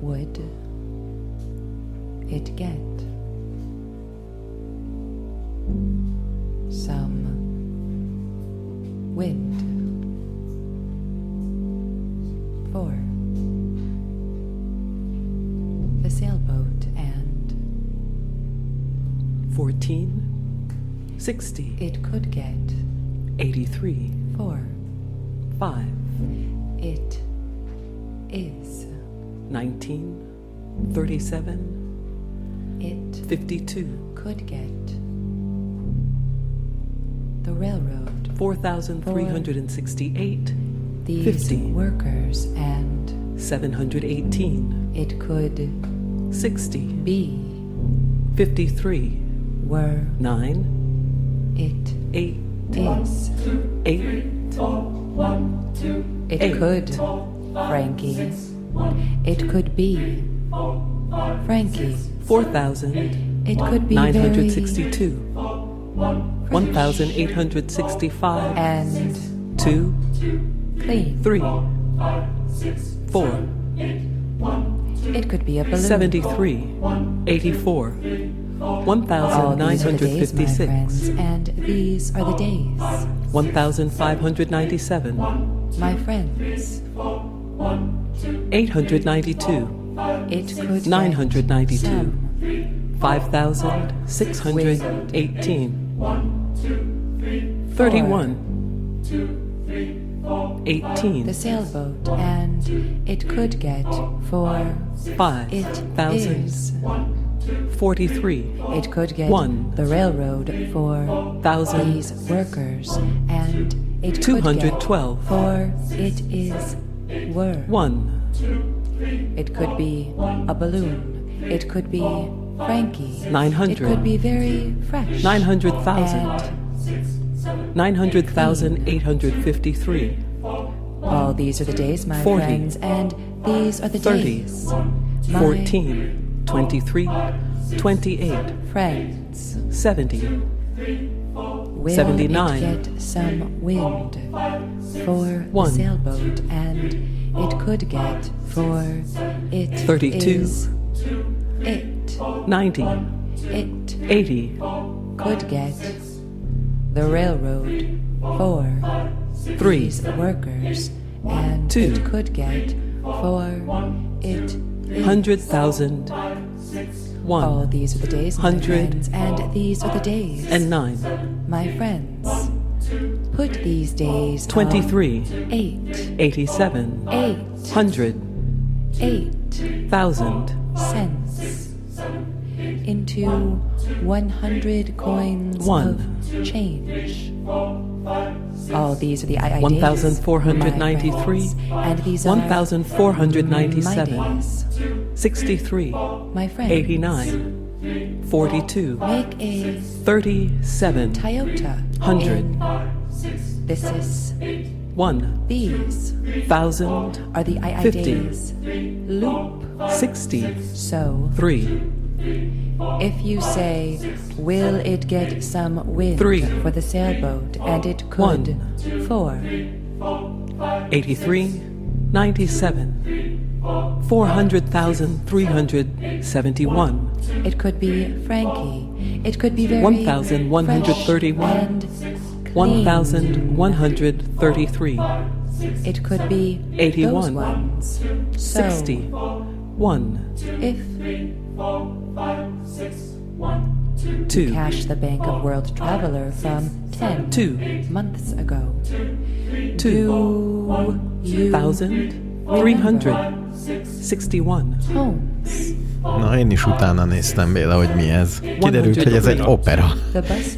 would it get? Some wind. Four. The sailboat and. 14. 60. It could get. 83. Four. 5. It is. 19. 37. It. 52. Could get. The railroad. 4,368. These 50. workers and. 718. It could. 60. Be. 53. Were. 9. It. 8. Is. 8. It Eight. could, Frankie. it could be, Frankie. 4,000. It could be very 962. 1,865. and 2. clean. 3. 4. It could be a balloon. 73. 84. All these are the days, my 1,956. friends, and these are the days, 1,597. my friends. 892. It could. 992. get some. 5,618. 31. 18. The sailboat, and it could get for. It 5,000. is. 43. It could get One. the railroad for these 1,000. workers, and it could 212. get, for it is were. 1. It could be a balloon. It could be Frankie. 900. It could be very fresh. 900,000. And 900,853. all these are the days, my 40. friends, and these are the 30. days. My 14. 23. 28. friends. 70. Will 79. it get some wind for One. the sailboat? And it could get for it 32. is it. 90. It 80. could get the railroad for 3. these workers, and Two. it could get for it. is- 100,000. All 1. these are the days, my Hundred. friends, and these are the days, And 9. my friends. Put these days. of 23. Eight, 87. eight, 100. eight 1,000. cents into 100 coins One. of change. All these are the I- I days, 1,493, my friends, and these are my 1,497. days, 63. my friends. 89. 42. Make a 37. Toyota. Hundred. in- This is 1. these 1,000. are the I- I Fifty. days loop. 60. So 3. If you say, Will it get some wind Three. for the sailboat? And it could. Four. 83, 97, 400,371, It could be Frankie. It could be very. 1,131. fresh and clean. 1,133, It could be. 81. Those ones. So, 60, 1, If 2, Cash the Bank of World Traveler from 10 2, months ago. Do 2, you 1,361, homes. Na, én is utána néztem Béla, hogy mi ez. Kiderült, hogy ez egy opera. The bus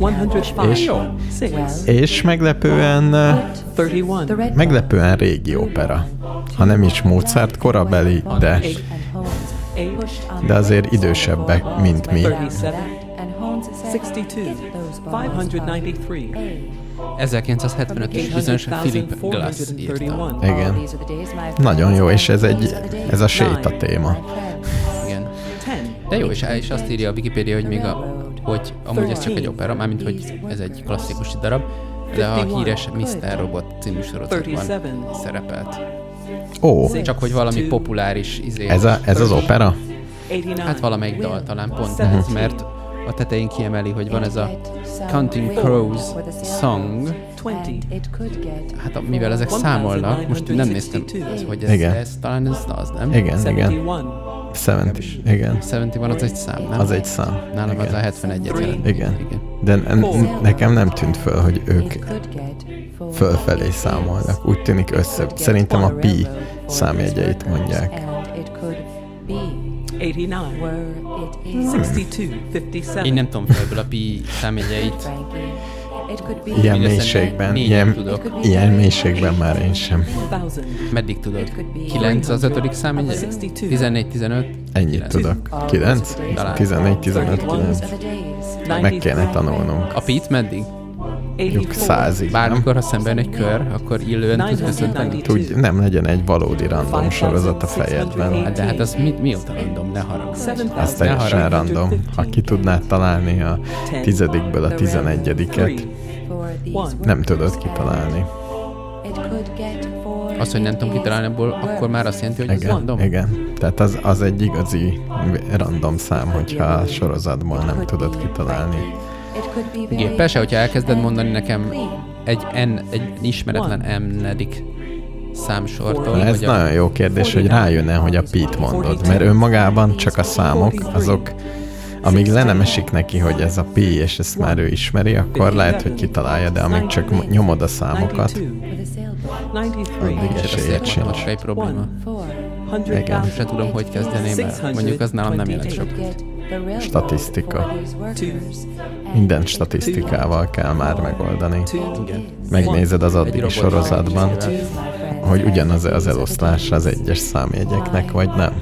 carriage. 105, 6, És meglepően, eh, Put 31, the red meglepően régi opera. Ha nem is Mozart korabeli, de de azért idősebbek, mint mi. 62, 593, 1975 és bizonyos Philip Glass írta. 8,431, igen. Nagyon jó, és ez egy, ez a séta téma. Igen. 10, De jó, és, és azt írja a Wikipedia, hogy még a, hogy amúgy ez csak egy opera, mármint, hogy ez egy klasszikus darab, de a híres Mr. Robot című sorozatban 37. szerepelt. Ó, Csak hogy valami populáris izé. ez, a, ez az opera? Hát valamelyik dal talán pont ez, mert a tetején kiemeli, hogy van ez a Counting Crows song. Hát a- mivel ezek számolnak, most nem néztem, az, hogy ez, Igen. ez talán ez az, nem? Igen, igen. 71. 70, igen. 71 az egy szám, nem? Az egy szám. Nálam az a igen. 71 et jelent. Igen. igen. De n- n- nekem nem tűnt föl, hogy ők fölfelé számolnak. Úgy tűnik össze. Szóval Szerintem a pi számjegyeit mondják. 89. Hmm. 62, 57. Én nem tudom fejből a pi számjegyeit. Ilyen Mindössze mélységben, négyet ilyen, tudok. ilyen mélységben már én sem. 1000. Meddig tudod? 9 az ötödik számjegye? 14, 15? Ennyit tudok. 9? 14, 15, 9. Meg kéne tanulnunk. A pit meddig? 84. 100-ig, nem? Bármikor, ha szemben egy kör, akkor illően tudsz köszönteni. Tudj, nem legyen egy valódi random sorozat a fejedben. Hát de hát az mi, mióta random, ne haragudj. 7000. Az teljesen random. Ha ki tudnád találni a tizedikből a tizenegyediket, nem tudod kitalálni. Azt, hogy nem tudom kitalálni abból, akkor már azt jelenti, hogy ez Igen, random. igen. Tehát az, az egy igazi random szám, hogyha a sorozatból nem tudod kitalálni. Gépes, hogyha elkezded mondani nekem egy N, egy ismeretlen M-nedik számsortól, Na, ez vagy a nagyon jó kérdés, hogy rájön-e, hogy a Pete mondod, mert önmagában csak a számok, azok, amíg le nem esik neki, hogy ez a P, és ezt már ő ismeri, akkor lehet, hogy kitalálja, de amíg csak mo- nyomod a számokat, 92, 93, Addig és esélyed azért van sincs. ott egy probléma. Igen. 100,000. Se tudom, hogy kezdeném el. Mondjuk az nálam nem jelent sok. Statisztika. minden statisztikával kell már megoldani. Megnézed az addigi robot sorozatban, számjegyzével. hogy ugyanaz-e az eloszlás az egyes számjegyeknek, vagy nem.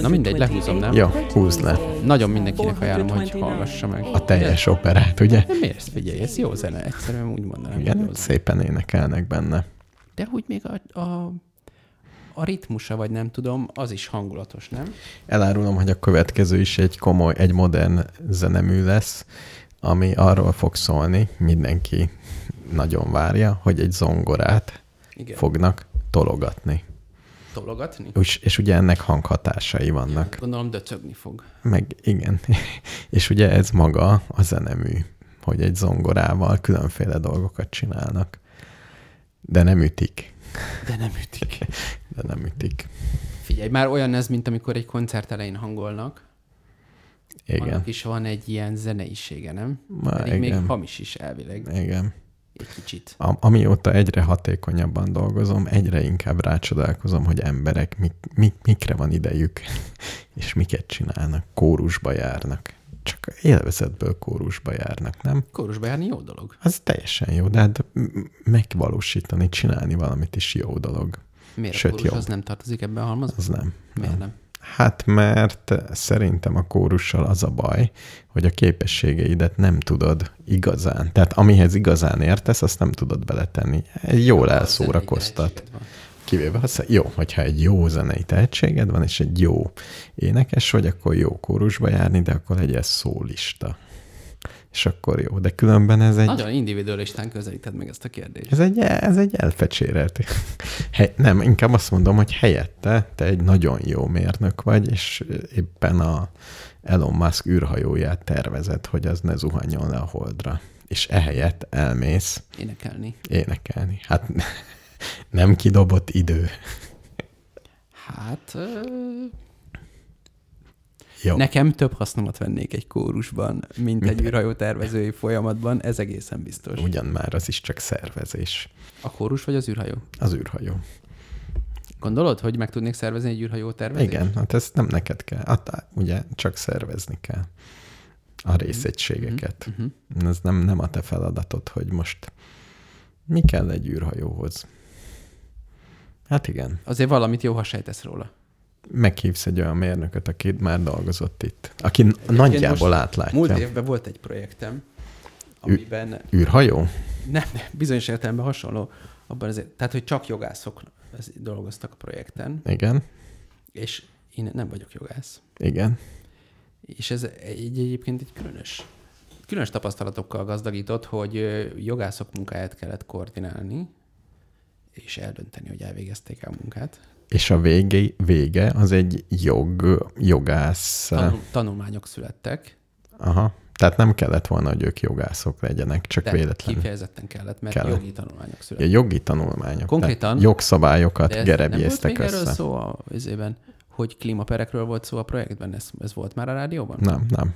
Na mindegy, lehúzom, nem? Jó, húzd le Nagyon mindenkinek ajánlom, hogy hallgassa meg. a teljes operát, ugye? De miért? Figyelj, ez jó zene, egyszerűen úgy mondanám. hogy Igen, jó zene. szépen énekelnek benne. De úgy még a, a, a ritmusa, vagy nem tudom, az is hangulatos, nem? Elárulom, hogy a következő is egy komoly, egy modern zenemű lesz, ami arról fog szólni, mindenki nagyon várja, hogy egy zongorát Igen. fognak tologatni. Tologatni? És, és ugye ennek hanghatásai vannak. Gondolom döcögni fog. Meg igen. És ugye ez maga a zenemű, hogy egy zongorával különféle dolgokat csinálnak. De nem ütik. De nem ütik. De nem ütik. Figyelj, már olyan ez, mint amikor egy koncert elején hangolnak. Igen. Annak is van egy ilyen zeneisége, nem? Ma, Pedig még igen. hamis is elvileg. Igen. Egy kicsit. Am- amióta egyre hatékonyabban dolgozom, egyre inkább rácsodálkozom, hogy emberek mik, mik, mikre van idejük, és miket csinálnak. Kórusba járnak. Csak élvezetből kórusba járnak, nem? Kórusba járni jó dolog. Az teljesen jó, de hát m- megvalósítani, csinálni valamit is jó dolog. Miért Sőt, a kórus az jobb. nem tartozik ebben a halmazba? Az nem. Miért nem? Hát mert szerintem a kórussal az a baj, hogy a képességeidet nem tudod igazán. Tehát amihez igazán értesz, azt nem tudod beletenni. Jól elszórakoztat. Tehetséged van. Kivéve, ha sze- jó, hogyha egy jó zenei tehetséged van, és egy jó énekes vagy, akkor jó kórusba járni, de akkor legyél szólista. És akkor jó. De különben ez egy... Nagyon individualistán közelíted meg ezt a kérdést. Ez egy, ez egy elfecsérelt. He, nem, inkább azt mondom, hogy helyette te egy nagyon jó mérnök vagy, és éppen a Elon Musk űrhajóját tervezed, hogy az ne zuhanjon le a holdra. És ehelyett elmész Énekelni. énekelni. Hát nem kidobott idő. Hát... Ö... Jó. Nekem több hasznomat vennék egy kórusban, mint egy űrhajó tervezői folyamatban, ez egészen biztos. Ugyan már az is csak szervezés. A kórus vagy az űrhajó? Az űrhajó. Gondolod, hogy meg tudnék szervezni egy űrhajó tervezést? Igen, hát ezt nem neked kell. Hát, ugye csak szervezni kell Mhm. a részegységeket. Ez nem, nem a te feladatod, hogy most mi kell egy űrhajóhoz. Hát igen, Azért valamit jó, ha sejtesz róla. meghívsz egy olyan mérnököt, aki már dolgozott itt, aki Egyébként nagyjából most átlátja. Múlt évben volt egy projektem, amiben Űrhajó? nem, nem, bizonyos értelemben hasonló, abban azért, tehát, hogy csak jogászok dolgoztak a projekten, Igen, és én nem vagyok jogász. igen. És ez egy, egyébként egy különös, különös tapasztalatokkal gazdagított, hogy ö, jogászok munkáját kellett koordinálni, és eldönteni, hogy elvégezték a munkát. És a vége, vége az egy jog, jogász. Tanul, tanulmányok születtek, Aha. Tehát nem kellett volna, hogy ők jogászok legyenek, csak de véletlenül. kifejezetten kellett, mert Kellett. jogi tanulmányok Ja, születtek. jogi tanulmányok. Konkrétan- Tehát jogszabályokat ez gerebjéztek nem volt még erről össze. szó a izében, hogy klímaperekről volt szó a projektben, ez, ez volt már a rádióban? Nem, nem.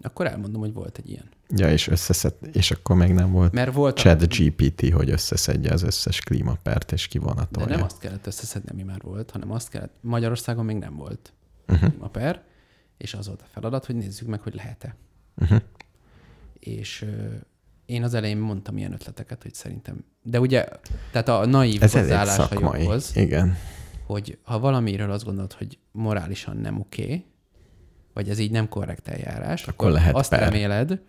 Akkor elmondom, hogy volt egy ilyen. Ja, és összeszed, és akkor még nem volt Mert volt Chat GPT, hogy összeszedje az összes klímapert és De kivonatolja. nem azt kellett összeszedni, ami már volt, hanem azt kellett, Magyarországon még nem volt Uh-huh. a per, és az volt a feladat, hogy nézzük meg, hogy lehet-e. Uh-huh. És ö, én az elején mondtam ilyen ötleteket, hogy szerintem. De ugye, tehát a naív Ez elég hozzáállás a szakmai. joghoz, Igen. hogy ha valamiről azt gondolod, hogy morálisan nem oké, okay, vagy ez így nem korrekt eljárás, akkor, lehet azt per. reméled,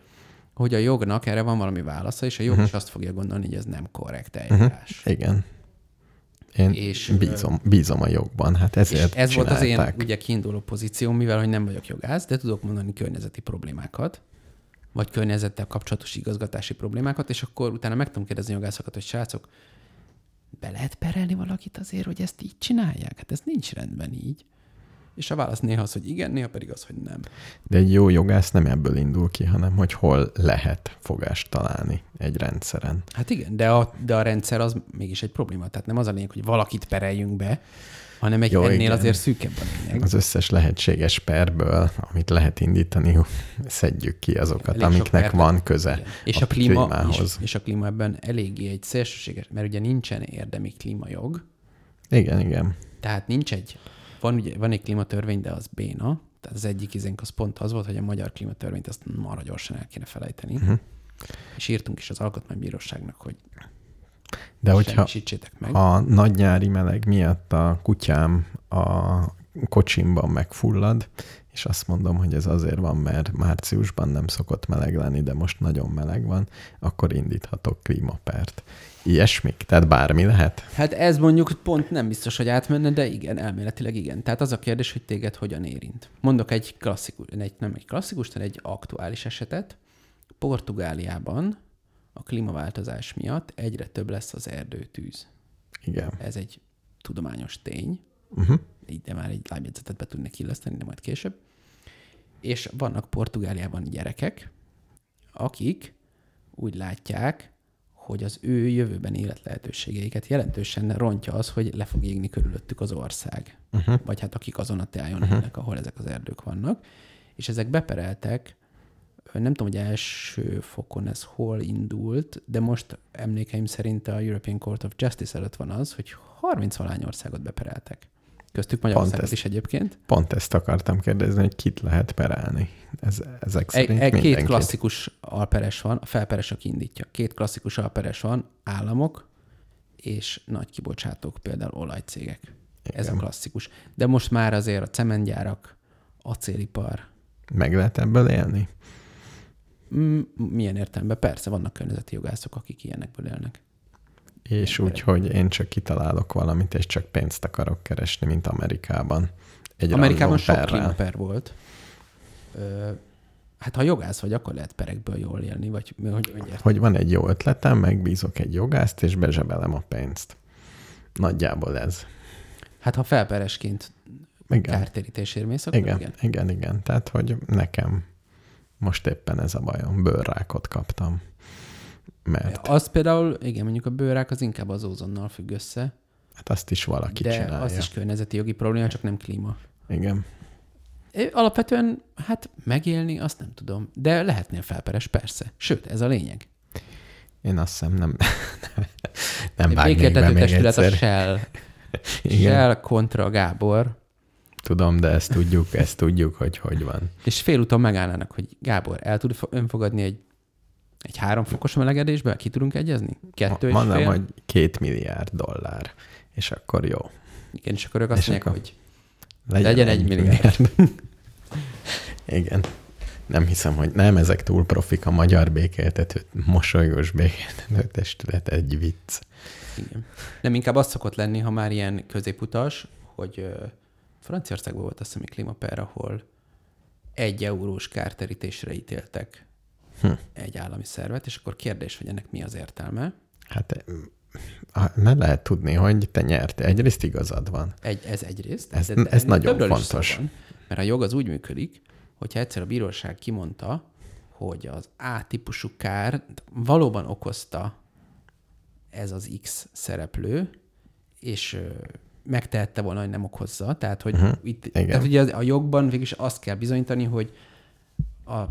hogy a jognak erre van valami válasza, és a jog Mhm. uh-huh. is azt fogja gondolni, hogy ez nem korrekt eljárás. Igen. Én És, és, bízom, bízom a jogban, hát ezért és ez volt az én csinálták. ugye kiinduló pozícióm, mivel hogy nem vagyok jogász, de tudok mondani környezeti problémákat, vagy környezettel kapcsolatos igazgatási problémákat, és akkor utána meg tudom kérdezni a jogászokat, hogy srácok, be lehet perelni valakit azért, hogy ezt így csinálják? Hát ez nincs rendben így. És a válasz néha az, hogy igen, néha pedig az, hogy nem. De egy jó jogász nem ebből indul ki, hanem hogy hol lehet fogást találni egy rendszeren. Hát igen, de a, de a rendszer az mégis egy probléma. Tehát nem az a lényeg, hogy valakit pereljünk be, hanem egy Jó, Jó, ennél igen. azért szűkebb a lényeg. Az összes lehetséges perből, amit lehet indítani, szedjük ki azokat, Elég sok amiknek perbe- van köze Igen. És a, klíma, és, klímához. és a klíma ebben eléggé egy szélsőséges, mert ugye nincsen érdemi klímajog, Igen, igen. tehát nincs egy, van, ugye, van egy klímatörvény, de az béna, tehát az egyik izénk az pont az volt, hogy a magyar klímatörvényt azt marha gyorsan el kéne felejteni. Mhm. Uh-huh. És írtunk is az Alkotmánybíróságnak, hogy De hogyha, semmisítsétek meg. a nagy nyári meleg miatt a kutyám a kocsimban megfullad, és azt mondom, hogy ez azért van, mert márciusban nem szokott meleg lenni, de most nagyon meleg van, akkor indíthatok klímapert. Ilyesmik? Tehát bármi lehet? Hát ez mondjuk pont nem biztos, hogy átmenne, de igen, elméletileg igen. Tehát az a kérdés, hogy téged hogyan érint. Mondok egy klasszikus, egy, nem egy klasszikus, hanem egy aktuális esetet. Portugáliában a klímaváltozás miatt egyre több lesz az erdőtűz. Igen. Ez egy tudományos tény. Uh-huh. Így de már egy lábjegyzetet be tudnék illeszteni, de majd később. És vannak Portugáliában gyerekek, akik úgy látják, hogy az ő jövőben élet lehetőségeiket jelentősen rontja az, hogy le fog égni körülöttük az ország. Uh-huh. Vagy hát akik azon a tájon Mhm. uh-huh. élnek, ahol ezek az erdők vannak. És ezek bepereltek, nem tudom, hogy első fokon ez hol indult, de most emlékeim szerint a European Court of Justice előtt van az, hogy 30 valány országot bepereltek. Köztük Magyarországot ezt- is egyébként. Pont ezt akartam kérdezni, hogy kit lehet perelni. Ez, ezek Egy, szerint egy, két mindenkit. klasszikus alperes van, a felperesek indítja. Két klasszikus alperes van, államok és nagy kibocsátók, például olajcégek. Igen. Ez a Igen. klasszikus. De most már azért a cementgyárak, acélipar, Meg lehet ebből élni? mm, milyen értelemben? Persze, vannak környezeti jogászok, akik ilyenekből élnek. És Emberek. úgy, hogy én csak kitalálok valamit, és csak pénzt akarok keresni, mint Amerikában. Egy Amerikában random sok perrel. klímaper volt. Ö, hát ha jogász vagy, akkor lehet perekből jól élni, vagy mi- hogy, hogy érted? hogy van egy jó ötletem, megbízok egy jogászt, és bezsebelem a pénzt. Nagyjából ez. Hát ha felperesként Igen, kártérítésért mész, akkor igen, igen. igen, igen, igen. Tehát, hogy nekem most éppen ez a bajom, bőrrákot kaptam. Mert Az például, igen, mondjuk a bőrák az inkább az ózonnal függ össze, hát azt is valaki de csinálja. az is környezeti jogi probléma, csak nem klíma. Igen. Ö, Alapvetően, hát megélni, azt nem tudom, de lehetnél felperes, persze. Sőt, ez a lényeg. Én azt hiszem nem, nem vágnék be Békéltető még testület a egyszer. Shell. Igen. Shell kontra Gábor, Tudom, de ezt tudjuk, ezt tudjuk, hogy hogy van. és félúton megállnának, hogy Gábor, el tud fo- önfogadni egy, egy háromfokos melegedésbe? Ki tudunk egyezni? Kettő és Mondom, fél? hogy két milliárd dollár, és akkor jó. Igen, és akkor ők azt és mondják, akkor- hogy Legyen egy milliárd. Igen. Nem hiszem, hogy nem, ezek túl profik a magyar békéltető, mosolyos békéltető testület, egy vicc. Igen. Nem, inkább az szokott lenni, ha már ilyen középutas, hogy ö, Franciaországban volt azt hiszem egy klímaper, ahol egy eurós kárterítésre ítéltek Hm. egy állami szervet, és akkor kérdés, hogy ennek mi az értelme. Hát a- nem lehet tudni, hogy te nyertél. Egyrészt igazad van. Egy, ez egyrészt. Ez- de- de ez nagyon többről is szó fontos. van, mert a jog az úgy működik, hogyha egyszer a bíróság kimondta, hogy az A-típusú kár valóban okozta ez az X szereplő, és ö, megtehette volna, hogy nem okozza. Tehát, hogy uh-huh. itt, Mhm. Igen. tehát ugye az- a jogban végig is azt kell bizonyítani, hogy a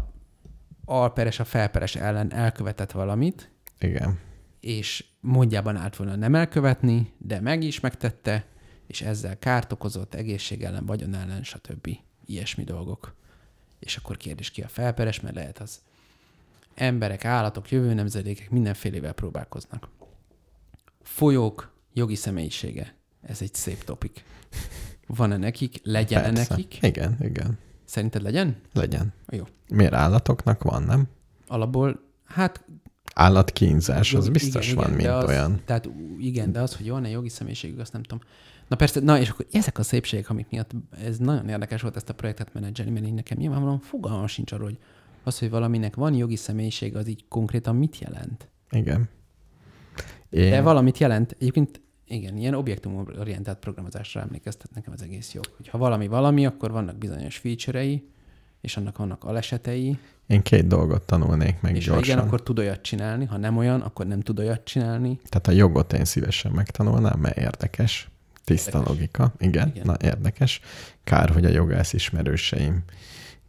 alperes a felperes ellen elkövetett valamit, Igen. és módjában állt volna nem elkövetni, de meg is megtette, és ezzel kárt okozott egészség ellen, vagyon ellen, stb. Ilyesmi dolgok. És akkor kérdés ki a felperes, mert lehet az emberek, állatok, jövő nemzedékek mindenfélével próbálkoznak. Folyók, jogi személyisége. Ez egy szép topik. Van-e nekik? Legyen-e Persze. nekik? Igen, igen. Szerinted legyen? Legyen. Jó. Miért állatoknak van, nem? Alapból, hát Állatkínzás, az Jogi- biztos igen, van, igen, mint de az, olyan. Tehát ú, igen, de az, hogy van-e jogi személyiségük, azt nem tudom. Na persze, na és akkor ezek a szépségek, amik miatt ez nagyon érdekes volt ezt a projektet menedzselni, mert így nekem nyilvánvalóan fogalmam sincs arról, hogy az, hogy valaminek van jogi személyiség, az így konkrétan mit jelent. Igen. De Én, valamit jelent. Egyébként igen, ilyen objektumorientált programozásra emlékeztet nekem az egész jó. Hogy ha valami valami, akkor vannak bizonyos feature-ei, és annak vannak alesetei, én két dolgot tanulnék meg és ha gyorsan. igen, akkor tud olyat csinálni, ha nem olyan, akkor nem tud olyat csinálni. Tehát a jogot én szívesen megtanulnám, mert érdekes. Tiszta Érdekes. érdekes. logika. Igen, Igen. igen, na érdekes. Kár, hogy a jogász ismerőseim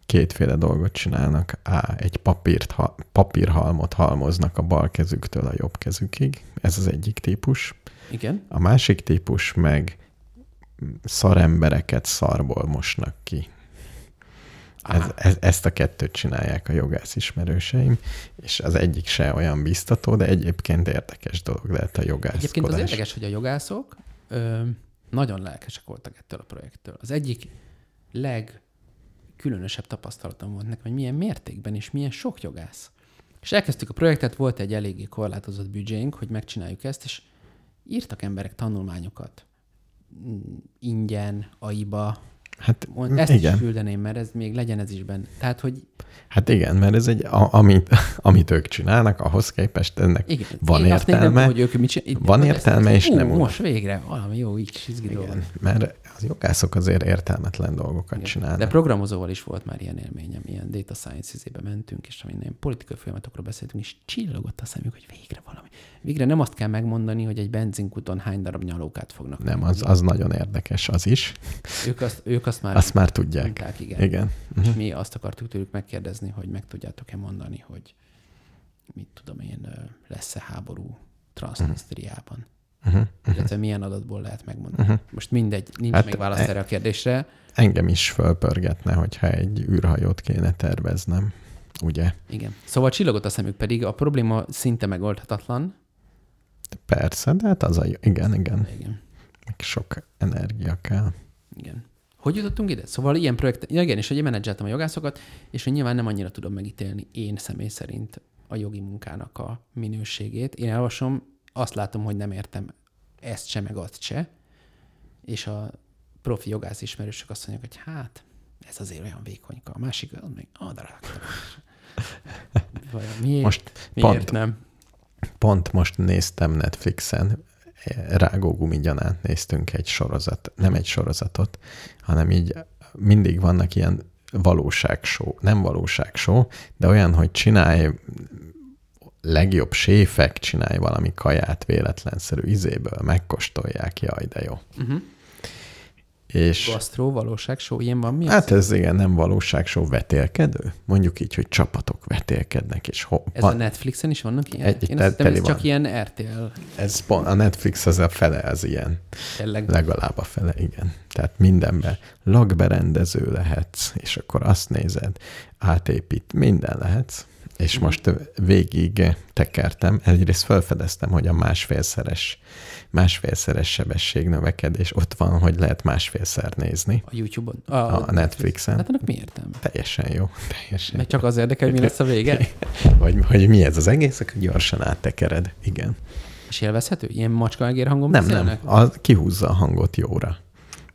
kétféle dolgot csinálnak. Á, egy papírt, ha, papírhalmot halmoznak a bal kezüktől a jobb kezükig. Ez az egyik típus. Igen, A másik típus meg szarembereket szarból mosnak ki. Ez, ez, ezt a kettőt csinálják a jogász ismerőseim, és az egyik se olyan biztató, de egyébként érdekes dolog lehet a jogászkodás. Egyébként az érdekes, hogy a jogászok ö, nagyon lelkesek voltak ettől a projekttől. Az egyik legkülönösebb tapasztalatom volt nekem, hogy milyen mértékben és milyen sok jogász. És elkezdtük a projektet, volt egy eléggé korlátozott büdzsénk, hogy megcsináljuk ezt, és írtak emberek tanulmányokat Mm, ingyen, aiba. Hát Mond- Ezt Igen. igen. is küldeném, mert ez még legyen ez is benne. Tehát, hogy Hát igen, mert ez egy, a, amit, amit ők csinálnak, ahhoz képest ennek igen, van én azt nem tudom, értelme. hogy ők mit csinál, van értelme, és nem úgy. Most végre valami jó, így izgi dolog. igen, mert az jogászok azért értelmetlen dolgokat Igen. csinálnak. De programozóval is volt már ilyen élményem, ilyen data science izébe mentünk, és amin ilyen politikai folyamatokról beszéltünk, és csillogott a szemük, hogy végre valami. Végre nem azt kell megmondani, hogy egy benzinkuton hány darab nyalókát fognak. nem, venni. az, az nagyon érdekes, az is. Ők azt, ők azt már Azt már tudják. mondták, igen. Igen. Mhm. És mi azt akartuk tőlük megkérdezni, hogy meg tudjátok-e mondani, hogy mit tudom én, ö, lesz-e háború Transnistriában. Uh-huh. Illetve milyen adatból lehet megmondani. Most mindegy, nincs hát, Mhm. Hát, még válasz erre a kérdésre. Engem is fölpörgetne, hogyha egy űrhajót kéne terveznem. Ugye? Igen. Szóval csillogott a szemük pedig, a probléma szinte megoldhatatlan. Persze, de hát az a jó. Igen, igen. Igen. Meg sok energia kell. Igen. Hogy jutottunk ide? Szóval ilyen projekt, ja, igen, és hogy én menedzseltem a jogászokat, és hogy nyilván nem annyira tudom megítélni én személy szerint a jogi munkának a minőségét. Én elolvasom, azt látom, hogy nem értem ezt se, meg azt se, és a profi jogász ismerősök azt mondják, hogy hát, ez azért olyan vékonyka. A másik, az még adaráltam. Vajon miért? Most miért pont- nem? Pont most néztem Netflixen, Rágógumi gyanát néztünk egy sorozat, nem egy sorozatot, hanem így mindig vannak ilyen valóságsó, nem valóságsó, de olyan, hogy csinálj legjobb séfek, csinálj valami kaját véletlenszerű izéből, megkóstolják, jaj, de jó. Uh-huh. És Gasztró, valóság, show, ilyen van mi? hát ez igen, nem valóságsó vetélkedő, mondjuk így, hogy csapatok vetélkednek, és ho- Ez van- a Netflixen is vannak ilyen? Egy- Én te- azt hittem, ez teli csak van. ilyen RTL ez pont, a Netflix az a fele az ilyen. tényleg. Legalább a fele, igen. Tehát mindenben lakberendező lehetsz, és akkor azt nézed, átépít, minden lehetsz. Mhm. És most végig tekertem, egyrészt felfedeztem, hogy a másfélszeres, másfélszeres sebesség növekedés ott van, hogy lehet másfélszer nézni A YouTube-on? a Netflixen. Hát annak mi értelme? Teljesen jó, teljesen. Mert csak az érdekel, hogy mi lesz a vége? Vagy hogy mi ez az egész, akkor gyorsan áttekered. Igen. És élvezhető? Ilyen macska egérhangon Nem, nem. beszélnek? A, kihúzza a hangot jóra.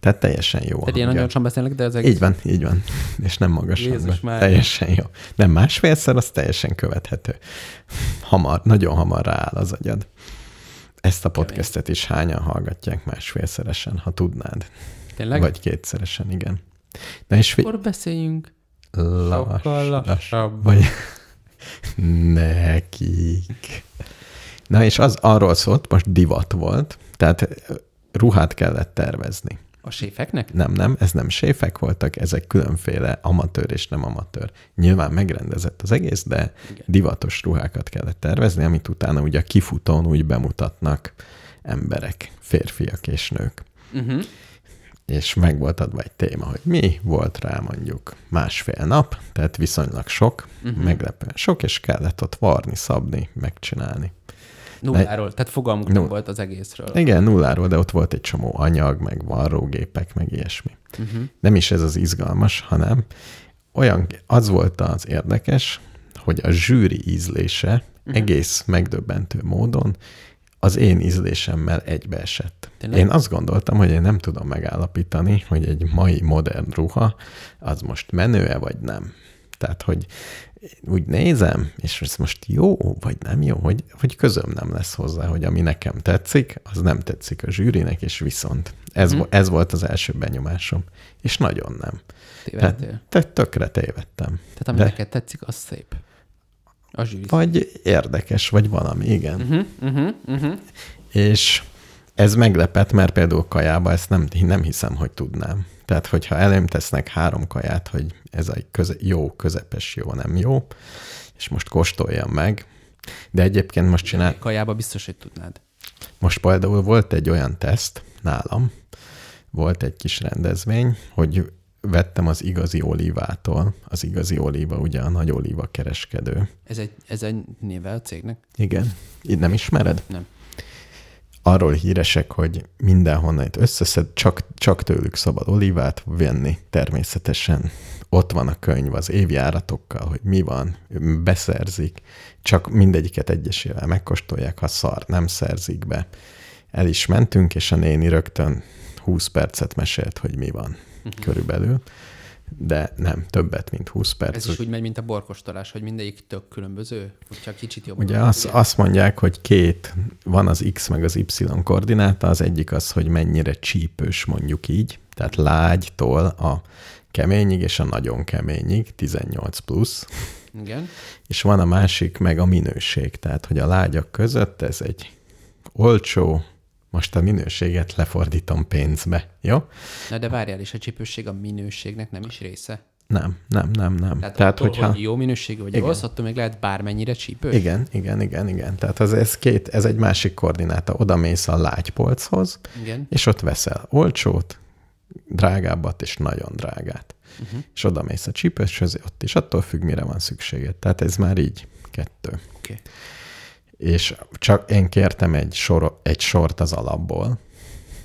Tehát teljesen jó a Tehát hangja. ilyen nagyon gyorsan beszélnek, de ezek... Így van, így van. És nem magas Jézus hangban. Mária. Teljesen jó. Nem másfélszer, az teljesen követhető. Hamar, nagyon hamar rááll az agyad. Ezt a podcastet is hányan hallgatják másfélszeresen, ha tudnád. Tényleg? Vagy kétszeresen, igen. Na és fi- Akkor beszéljünk. lass, Sokkal lass, lassabban. vagy nekik. Na és az arról szólt, most divat volt, tehát ruhát kellett tervezni. A séfeknek? Nem, nem, ez nem séfek voltak, ezek különféle amatőr és nem amatőr. Nyilván megrendezett az egész, de Igen. divatos ruhákat kellett tervezni, amit utána ugye a kifutón úgy bemutatnak emberek, férfiak és nők. Uh-huh. És meg volt adva egy téma, hogy mi volt rá mondjuk másfél nap, tehát viszonylag sok, Mhm. uh-huh. meglepően sok, és kellett ott varni, szabni, megcsinálni. Nulláról, tehát fogalmuk nem Null. volt az egészről. Igen, nulláról, de ott volt egy csomó anyag, meg varrógépek, meg ilyesmi. Mhm. Uh-huh. Nem is ez az izgalmas, hanem olyan, az volt az érdekes, hogy a zsűri ízlése Mhm. uh-huh. egész megdöbbentő módon az én ízlésemmel egybeesett. Tényleg? Tényleg? Én azt gondoltam, hogy én nem tudom megállapítani, hogy egy mai modern ruha az most menő-e vagy nem. Tehát, hogy úgy nézem, és ez most jó, vagy nem jó, hogy, hogy közöm nem lesz hozzá, hogy ami nekem tetszik, az nem tetszik a zsűrinek, és viszont. Ez, mm. ez volt az első benyomásom. És nagyon nem. Tévedtél. Te tökre tévedtem. Tehát hát- ami de- neked tetszik, az szép. A zsűri. Mhm, Vagy érdekes, vagy valami, igen. Uh-huh, uh-huh, uh-huh. És ez meglepett, mert például kajába ezt nem, nem hiszem, hogy tudnám. Tehát, hogyha elém tesznek három kaját, hogy ez egy köze, jó, közepes, jó, nem jó, és most kóstoljam meg, de egyébként most csinál, Kajába biztos, hogy tudnád. most például volt egy olyan teszt nálam, volt egy kis rendezvény, hogy vettem az igazi olívától, az igazi olíva, ugye a nagy olíva kereskedő. Ez egy, ez egy néve a cégnek? Igen. Így nem ismered? Nem. arról híresek, hogy mindenhonnan itt összeszed, csak, csak tőlük szabad olívát venni, természetesen. Ott van a könyv az évjáratokkal, hogy mi van, beszerzik, csak mindegyiket egyesével megkóstolják, ha szar nem szerzik be. El is mentünk, és a néni rögtön 20 percet mesélt, hogy mi van Mhm. körülbelül, de nem, többet, mint 20 perc. Ez is úgy megy, mint a borkostolás, hogy mindegyik tök különböző, hogyha kicsit jobb. Ugye azt, azt mondják, hogy két, van az X meg az Y koordináta, az egyik az, hogy mennyire csípős mondjuk így, tehát lágytól a keményig és a nagyon keményig, 18 plusz, Igen. és van a másik meg a minőség, tehát hogy a lágyak között ez egy olcsó, most a minőséget lefordítom pénzbe, jó? Na de várjál, és a csípőség a minőségnek nem is része. Nem, nem, nem, nem. Tehát, Tehát attól, hogyha... hogy jó minőségű vagy Igen. rossz, attól még lehet bármennyire csípős. Igen, igen, igen, igen. Tehát ez, ez, két, ez egy másik koordináta. Oda mész a lágypolchoz, Igen. és ott veszel olcsót, drágábbat és nagyon drágát. Mhm. Uh-huh. És oda mész a csípőshöz, ott is attól függ, mire van szükséged. Tehát ez már így kettő. Oké. És csak én kértem egy, sor, egy sort az alapból,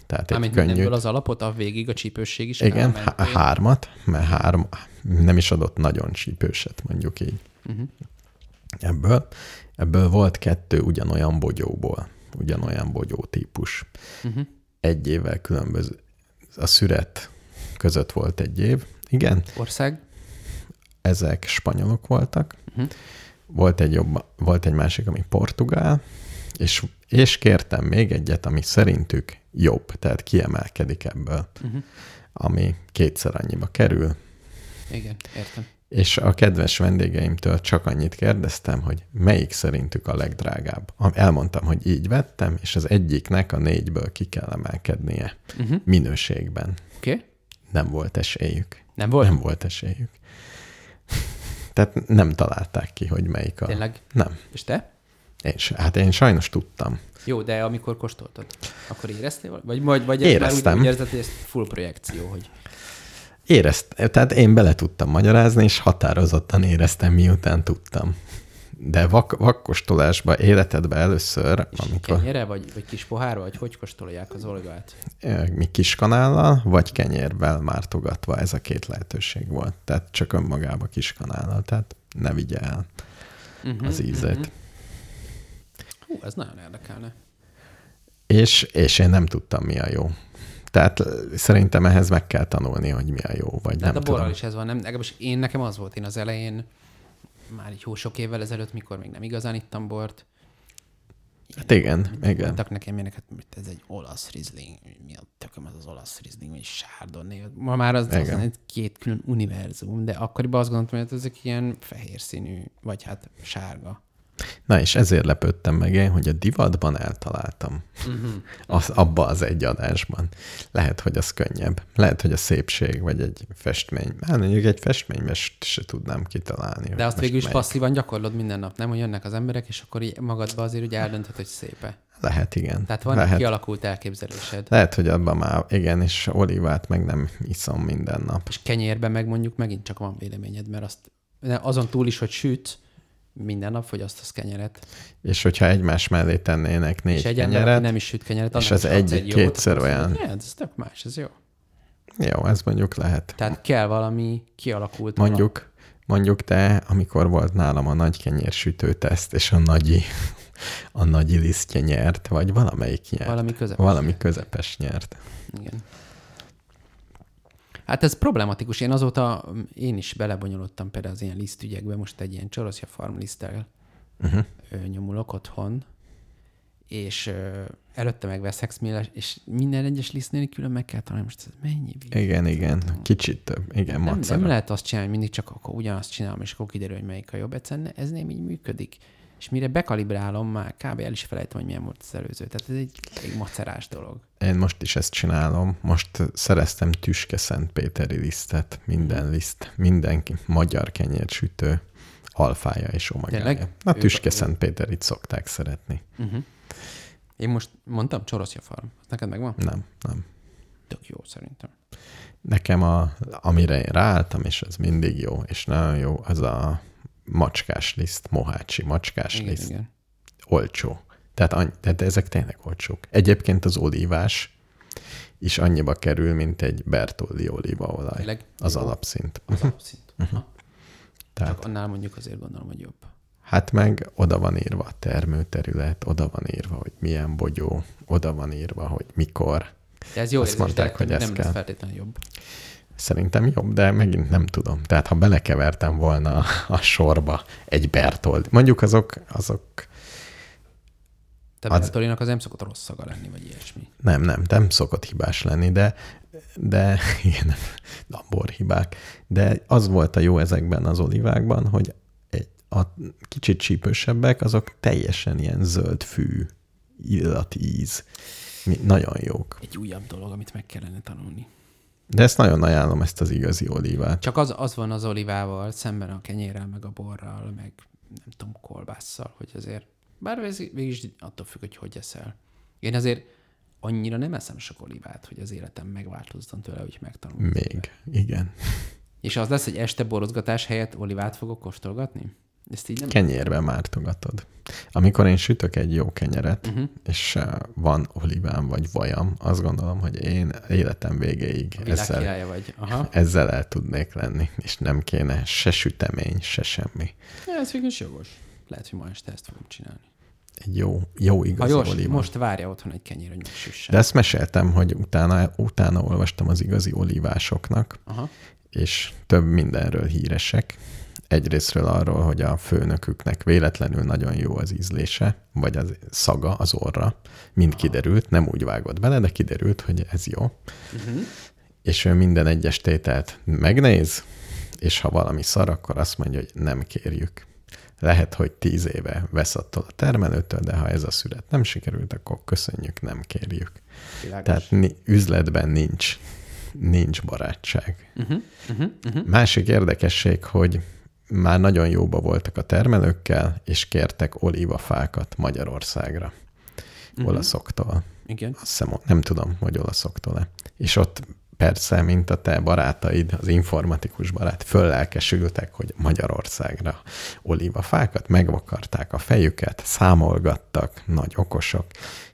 tehát egy Amit könnyű. mindenből az alapot, a végig a csípőség is. Igen, elment. há- hármat, mert három, nem is adott nagyon csípőset, mondjuk így. Mhm. Uh-huh. Ebből, ebből volt kettő ugyanolyan bogyóból, ugyanolyan bogyó típus. Uh-huh. Egy évvel különböző, a szüret között volt egy év, igen, Ország. ezek spanyolok voltak, uh-huh. volt, egy jobb, volt egy másik, ami portugál, és, és kértem még egyet, ami szerintük jobb, tehát kiemelkedik ebből, Mhm. uh-huh. ami kétszer annyiba kerül, Igen, értem. és a kedves vendégeimtől csak annyit kérdeztem, hogy melyik szerintük a legdrágább. Am- Elmondtam, hogy így vettem, és az egyiknek a négyből ki kell emelkednie uh-huh. minőségben. Mhm. Oké? Okay? Nem volt esélyük. Nem volt? Nem volt esélyük. Tehát nem találták ki, hogy melyik a... Tényleg? Nem. És te? Én, s- hát én sajnos tudtam. Jó, de amikor kóstoltad, akkor éreztél? val- Vagy, vagy, vagy ez Már Éreztem. úgy, úgy érzed, hogy ez full projekció, hogy Érezt, tehát én bele tudtam magyarázni, és határozottan éreztem, miután tudtam. De vak, vakkostolásba, életedbe először, és amikor... kenyere, vagy, vagy kis pohárba, vagy hogy kóstolják az olgát? mi kiskanállal, vagy kenyérvel mártogatva ez a két lehetőség volt. Tehát csak önmagába kiskanállal, tehát ne vigye el uh-huh, Mm-hmm. az ízét. Uh-huh. Mhm, Hú, ez nagyon érdekelne. És, és én nem tudtam, mi a jó. Tehát szerintem ehhez meg kell tanulni, hogy mi a jó, vagy De hát nem a borral tudom. is ez van, nem? Legalábbis én, nekem az volt. Én az elején, már így jó sok évvel ezelőtt, mikor még nem igazán ittam bort, Hát igen, igen. Mondtak nekem ilyeneket, hogy ez egy olasz rizling, mi a tököm az az olasz rizling, vagy sárdonné. Ma már az, az Igen. egy két külön univerzum, de akkoriban azt gondoltam, hogy hát ezek ilyen fehér színű, vagy hát sárga. Na és ezért lepődtem meg én, hogy a divatban eltaláltam. Mm-hmm. Az, abba az egy adásban. Lehet, hogy az könnyebb. Lehet, hogy a szépség, vagy egy festmény. Hát mondjuk egy festményest se tudnám kitalálni. hogy De azt most végül is melyik. passzívan gyakorlod minden nap, nem? Hogy jönnek az emberek, és akkor így magadba azért ugye eldöntöd, hogy szépe. Lehet, igen. Tehát van egy Lehet. kialakult elképzelésed. Lehet, hogy abban már, igen, és olivát meg nem iszom minden nap. És kenyérben meg mondjuk megint csak van véleményed, mert azt, de azon túl is, hogy süt, minden nap fogyasztasz kenyeret. És hogyha egymás mellé tennének négy és egy ember, kenyeret, aki nem is süt kenyeret, és annak az is adsz egyik jót, kétszer akkor azt mondod, olyan. "Ne, Ez tök más, ez jó. jó, ez mondjuk lehet. Tehát kell valami kialakult. Mondjuk, mondjuk te, amikor volt nálam a nagy kenyérsütő teszt, és a nagyi, a nagyi lisztje nyert, vagy valamelyik nyert. Valami közepes Valami nyert. közepes nyert. valami. Igen. Hát ez problematikus. Én azóta mm, én is belebonyolódtam például az ilyen lisztügyekbe. Most egy ilyen csoroszja farm liszttel Uh-huh. ö, nyomulok otthon, és ö, előtte megveszek szméles, és minden egyes lisztnél külön meg kell találni, most ez mennyi? víz? Igen, igen, kicsit több. Igen, Nem, macera. nem lehet azt csinálni, hogy mindig csak akkor ugyanazt csinálom, és akkor kiderül, hogy melyik a jobb. Egyszerűen ez nem így működik. És mire bekalibrálom, már kb. el is felejtem, hogy milyen volt az előző. Tehát ez egy, egy macerás dolog. Én most is ezt csinálom. Most szereztem tüske szentpéteri lisztet, Mhm. minden liszt, mindenki, magyar kenyérsütő, alfája és omegája. Tényleg? Na, Ők- tüske ők- szentpéterit szokták szeretni. Uh-huh. Én most mondtam, csoroszja farm. Azt neked megvan? Nem, nem. Tök jó szerintem. Nekem, a, amire én ráálltam, és ez mindig jó, és nagyon jó, az a macskás liszt, mohácsi macskás Igen, liszt. igen. olcsó. Tehát, any, tehát ezek tényleg olcsók. Egyébként az olívás is annyiba kerül, mint egy Bertolli olívaolaj. Tényleg? Az Jó. alapszint. Az alapszint. Aha. Tehát, Csak annál mondjuk azért gondolom, hogy jobb. hát meg oda van írva a termőterület, oda van írva, hogy milyen bogyó, oda van írva, hogy mikor. De ez jó Azt érzés, mondták, de hogy nem ez lesz kell. feltétlenül jobb. Szerintem jobb, de megint nem tudom. Tehát ha belekevertem volna a, a sorba egy Bertold, mondjuk azok, azok Tehát Az- az... Bertolinak az nem szokott rossz szaga lenni, vagy ilyesmi. Nem, nem, nem szokott hibás lenni, de, de igen, nem, lambor hibák. De az volt a jó ezekben az olivákban, hogy egy, a kicsit csípősebbek, azok teljesen ilyen zöld fű, illatíz. Mi- Nagyon jók. Egy újabb dolog, amit meg kellene tanulni. De ezt nagyon ajánlom, ezt az igazi olívát. Csak az, az van az olivával, szemben a kenyérrel, meg a borral, meg nem tudom, kolbásszal, hogy azért, bár ez végig is attól függ, hogy hogy eszel. Én azért annyira nem eszem sok olivát, hogy az életem megváltozzon tőle, hogy megtanulom. Még. Igen. És az lesz, hogy este borozgatás helyett olivát fogok kóstolgatni? Ezt így nem... Kenyérbe mártogatod. Amikor én sütök egy jó kenyeret, Mhm. uh-huh. és eh, van olivám vagy vajam, azt gondolom, hogy én életem végéig Világ ezzel királya vagy. Aha. ezzel el tudnék lenni, és nem kéne se sütemény, se semmi. Ja, ez végül is jogos. Lehet, hogy ma este ezt fogom csinálni. Egy jó, jó Ha igazi jós, oliva. most várja otthon egy kenyér, hogy megsüssen. De ezt meséltem, hogy utána, utána olvastam az igazi olívásoknak, Aha. és több mindenről híresek. Egyrésztről arról, hogy a főnöküknek véletlenül nagyon jó az ízlése, vagy az szaga, az orra. Mind kiderült, nem úgy vágott bele, de kiderült, hogy ez jó. Uh-huh. és ő minden egyes tételt megnéz, és ha valami szar, akkor azt mondja, hogy nem kérjük. Lehet, hogy tíz éve vesz attól a termelőtől, de ha ez a szület nem sikerült, akkor köszönjük, nem kérjük. Világos. Tehát ni- üzletben nincs, nincs barátság. Uh-huh. Uh-huh. Uh-huh. Másik érdekesség, hogy már nagyon jóba voltak a termelőkkel, és kértek olívafákat Magyarországra, Mhm. olaszoktól Igen. azt hiszem, nem tudom, hogy olaszoktól-e. És ott persze, mint a te barátaid, az informatikus barát, föllelkesültek, hogy Magyarországra olívafákat, megvakarták a fejüket, számolgattak, nagy okosok,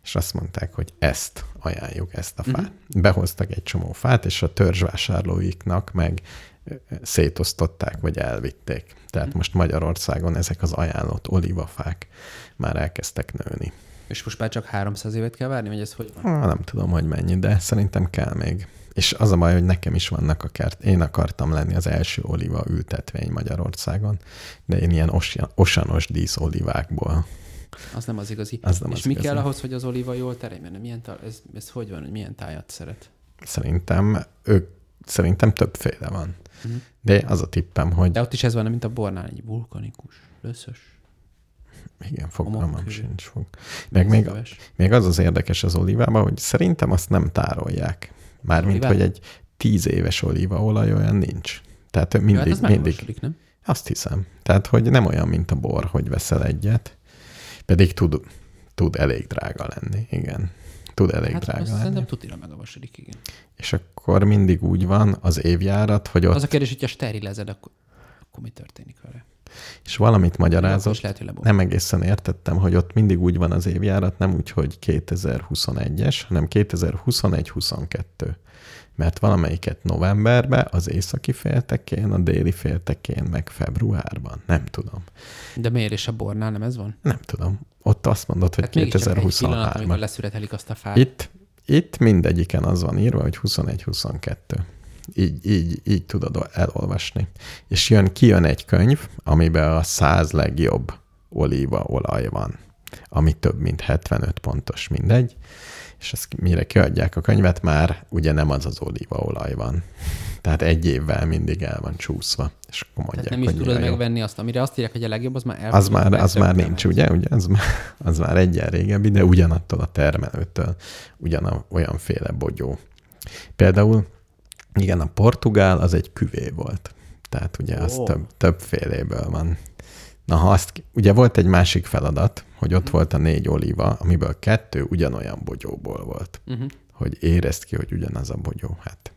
és azt mondták, hogy ezt ajánljuk, ezt a fát. Behoztak egy csomó fát, és a törzsvásárlóiknak meg ö, ö, szétosztották, vagy elvitték. Tehát most Magyarországon ezek az ajánlott olívafák már elkezdtek nőni. És most már csak 300 évet kell várni, vagy ez hogy van? Há, nem tudom, hogy mennyi, de szerintem kell még. És az a baj, hogy nekem is vannak a kert. Én akartam lenni az első oliva ültetvény Magyarországon, de én ilyen osja- osanos dísz olivákból Az nem az igazi. Az nem és az mi igazi. kell ahhoz, hogy az oliva jól teremjen? Milyen tal- ez, ez hogy van, hogy milyen tájat szeret? Szerintem ők, szerintem többféle van. Mhm. De az a tippem, hogy De ott is ez van, mint a bornál, egy vulkanikus, löszös, igen, a fogalmam makkő. sincs. Fog. Meg még, vízöves. még az az érdekes az olívában, hogy szerintem azt nem tárolják. Mármint, Olivát? hogy egy tíz éves olívaolaj olyan nincs. Tehát Jó, hát mindig, az ja, mindig, mindig. nem? Azt hiszem. Tehát, hogy nem olyan, mint a bor, hogy veszel egyet, pedig tud, tud elég drága lenni, igen. Tud elég hát Hát azt drága lenni. szerintem Szerintem... tutira megavasodik, igen. És akkor mindig úgy van az évjárat, hogy ott Az a kérdés, hogyha sterilezed, akkor, akkor mi történik vele? és valamit Akkor magyarázott. is lehet, hogy lebomlik. Nem egészen értettem, hogy ott mindig úgy van az évjárat, nem úgy, hogy 2021-es, hanem 2021-22. Mert valamelyiket novemberben, az északi féltekén, a déli féltekén, meg februárban. Nem tudom. De miért és a bornál nem ez van? Nem tudom. Ott azt mondod, hogy Hát mégiscsak egy pillanat, amikor 2023. leszüretelik azt a fát. Itt, itt mindegyiken az van írva, hogy 21-22. Így, így, így tudod elolvasni. És jön, kijön egy könyv, amiben a 100 legjobb olívaolaj van, ami több mint 75 pontos, mindegy. És ezt mire kiadják a könyvet, már ugye nem az az olívaolaj van. Tehát egy évvel mindig el van csúszva. És akkor mondják, Tehát nem is hogy tudod mire jó. megvenni azt, amire azt írják, hogy a legjobb, az már elfogyott, Az már, az már megszökte, nincs, meg- ugye? ugye? Az, már, az már egyen régebbi, de ugyanattól a termelőtől ugyan olyanféle bogyó. Például, igen, a portugál az egy küvé volt. Tehát ugye az Ó. több, többféléből van. Na, ha azt, ki- ugye volt egy másik feladat, hogy ott volt a négy olíva, amiből kettő ugyanolyan bogyóból volt. Mhm. Hogy érezd ki, hogy ugyanaz a bogyó. Hát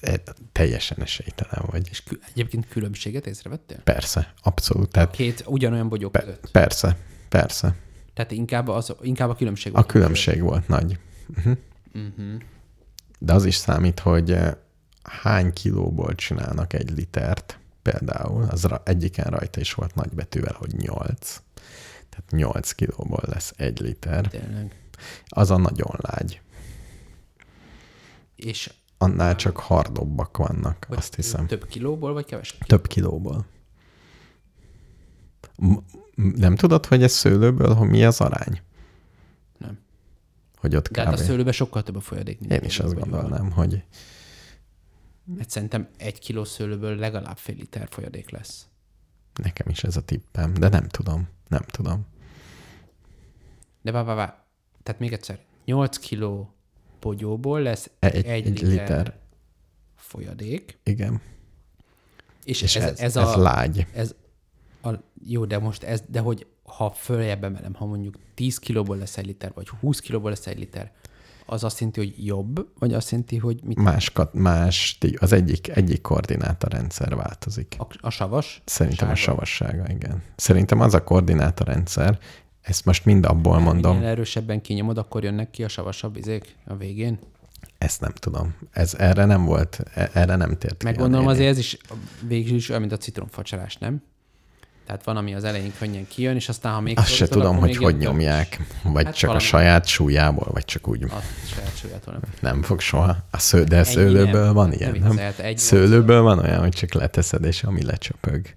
e- teljesen esélytelen vagy. És Kü- Egyébként különbséget észrevettél? persze, abszolút. Tehát Két ugyanolyan bogyó Hát- Pe- között. Persze, persze. Tehát inkább, az, inkább a különbség. A különbség volt nagy. Uh-huh. Uh-huh. De az is számít, hogy eh, hány kilóból csinálnak egy litert, például, az ra- egyiken rajta is volt nagy betűvel, hogy 8. Tehát 8 kilóból lesz egy liter. Tényleg. Az a nagyon lágy. És Annál csak hardobbak vannak, hogy azt hiszem. több kilóból, vagy kevesebb? Több kilóból. M- m- nem tudod, hogy ez szőlőből, hogy mi az arány? Nem. Hogy ott De hát a kb. szőlőben sokkal több a folyadék. mint Én egy is kiló azt bogyóban. gondolnám, hogy Hát szerintem egy kiló szőlőből legalább fél liter folyadék lesz. Nekem is ez a tippem, de nem tudom. Nem tudom. De vá, vá, vá. Tehát még egyszer, 8 kiló bogyóból lesz E, Egy- egy, egy egy liter, liter. folyadék, Igen. és, És és ez, ez, ez ez, a, lágy. ez a, jó, de most ez, de hogy ha följebb emelem, ha mondjuk 10 kilóból lesz egy liter, vagy 20 kilóból lesz egy liter, az azt jelenti, hogy jobb, vagy azt jelenti, hogy mit, Más, kat- más ti- az egyik, egyik koordinátorrendszer változik. a, a savas? Szerintem a savassága, igen. Szerintem az a koordinátorrendszer, ezt most mind abból mondom, Minél erősebben kinyomod, akkor jönnek ki a savasabb izék a végén. ezt nem tudom. Ez erre nem volt, e- erre nem tért ki. a Meggondolom néni. azért ez is végül is olyan, mint a citromfacsarás, nem? Tehát van, ami az elején könnyen kijön, és aztán, ha még... Azt se szorítod, tudom, akkor hogy még hogy jobb. nyomják, vagy Hát csak valami- a saját súlyából, vagy csak úgy Azt saját súlyától nem. nem fog soha. A sző, de Ennyi nem. szőlőből van Ne ilyen, nem? viccelj, hát egy szőlőből van olyan, hogy csak leteszed, és ami lecsöpög.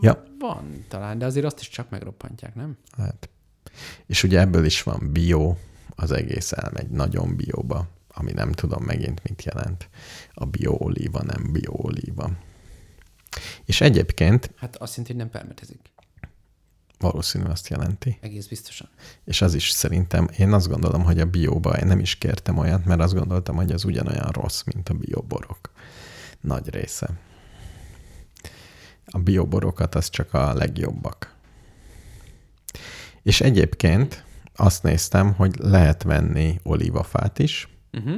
ja, Van talán, de azért azt is csak megroppantják, nem? hát. És ugye ebből is van bio, az egész elmegy nagyon bióba, ami nem tudom megint mit jelent. A bioolíva, nem bioolíva. És egyébként Hát azt jelenti, hogy nem permetezik. valószínű azt jelenti. Egész biztosan. És az is szerintem, én azt gondolom, hogy a bióba én nem is kértem olyat, mert azt gondoltam, hogy az ugyanolyan rossz, mint a bioborok. Nagy része. A bioborokat az csak a legjobbak. És egyébként azt néztem, hogy lehet venni olívafát is, Uh-huh.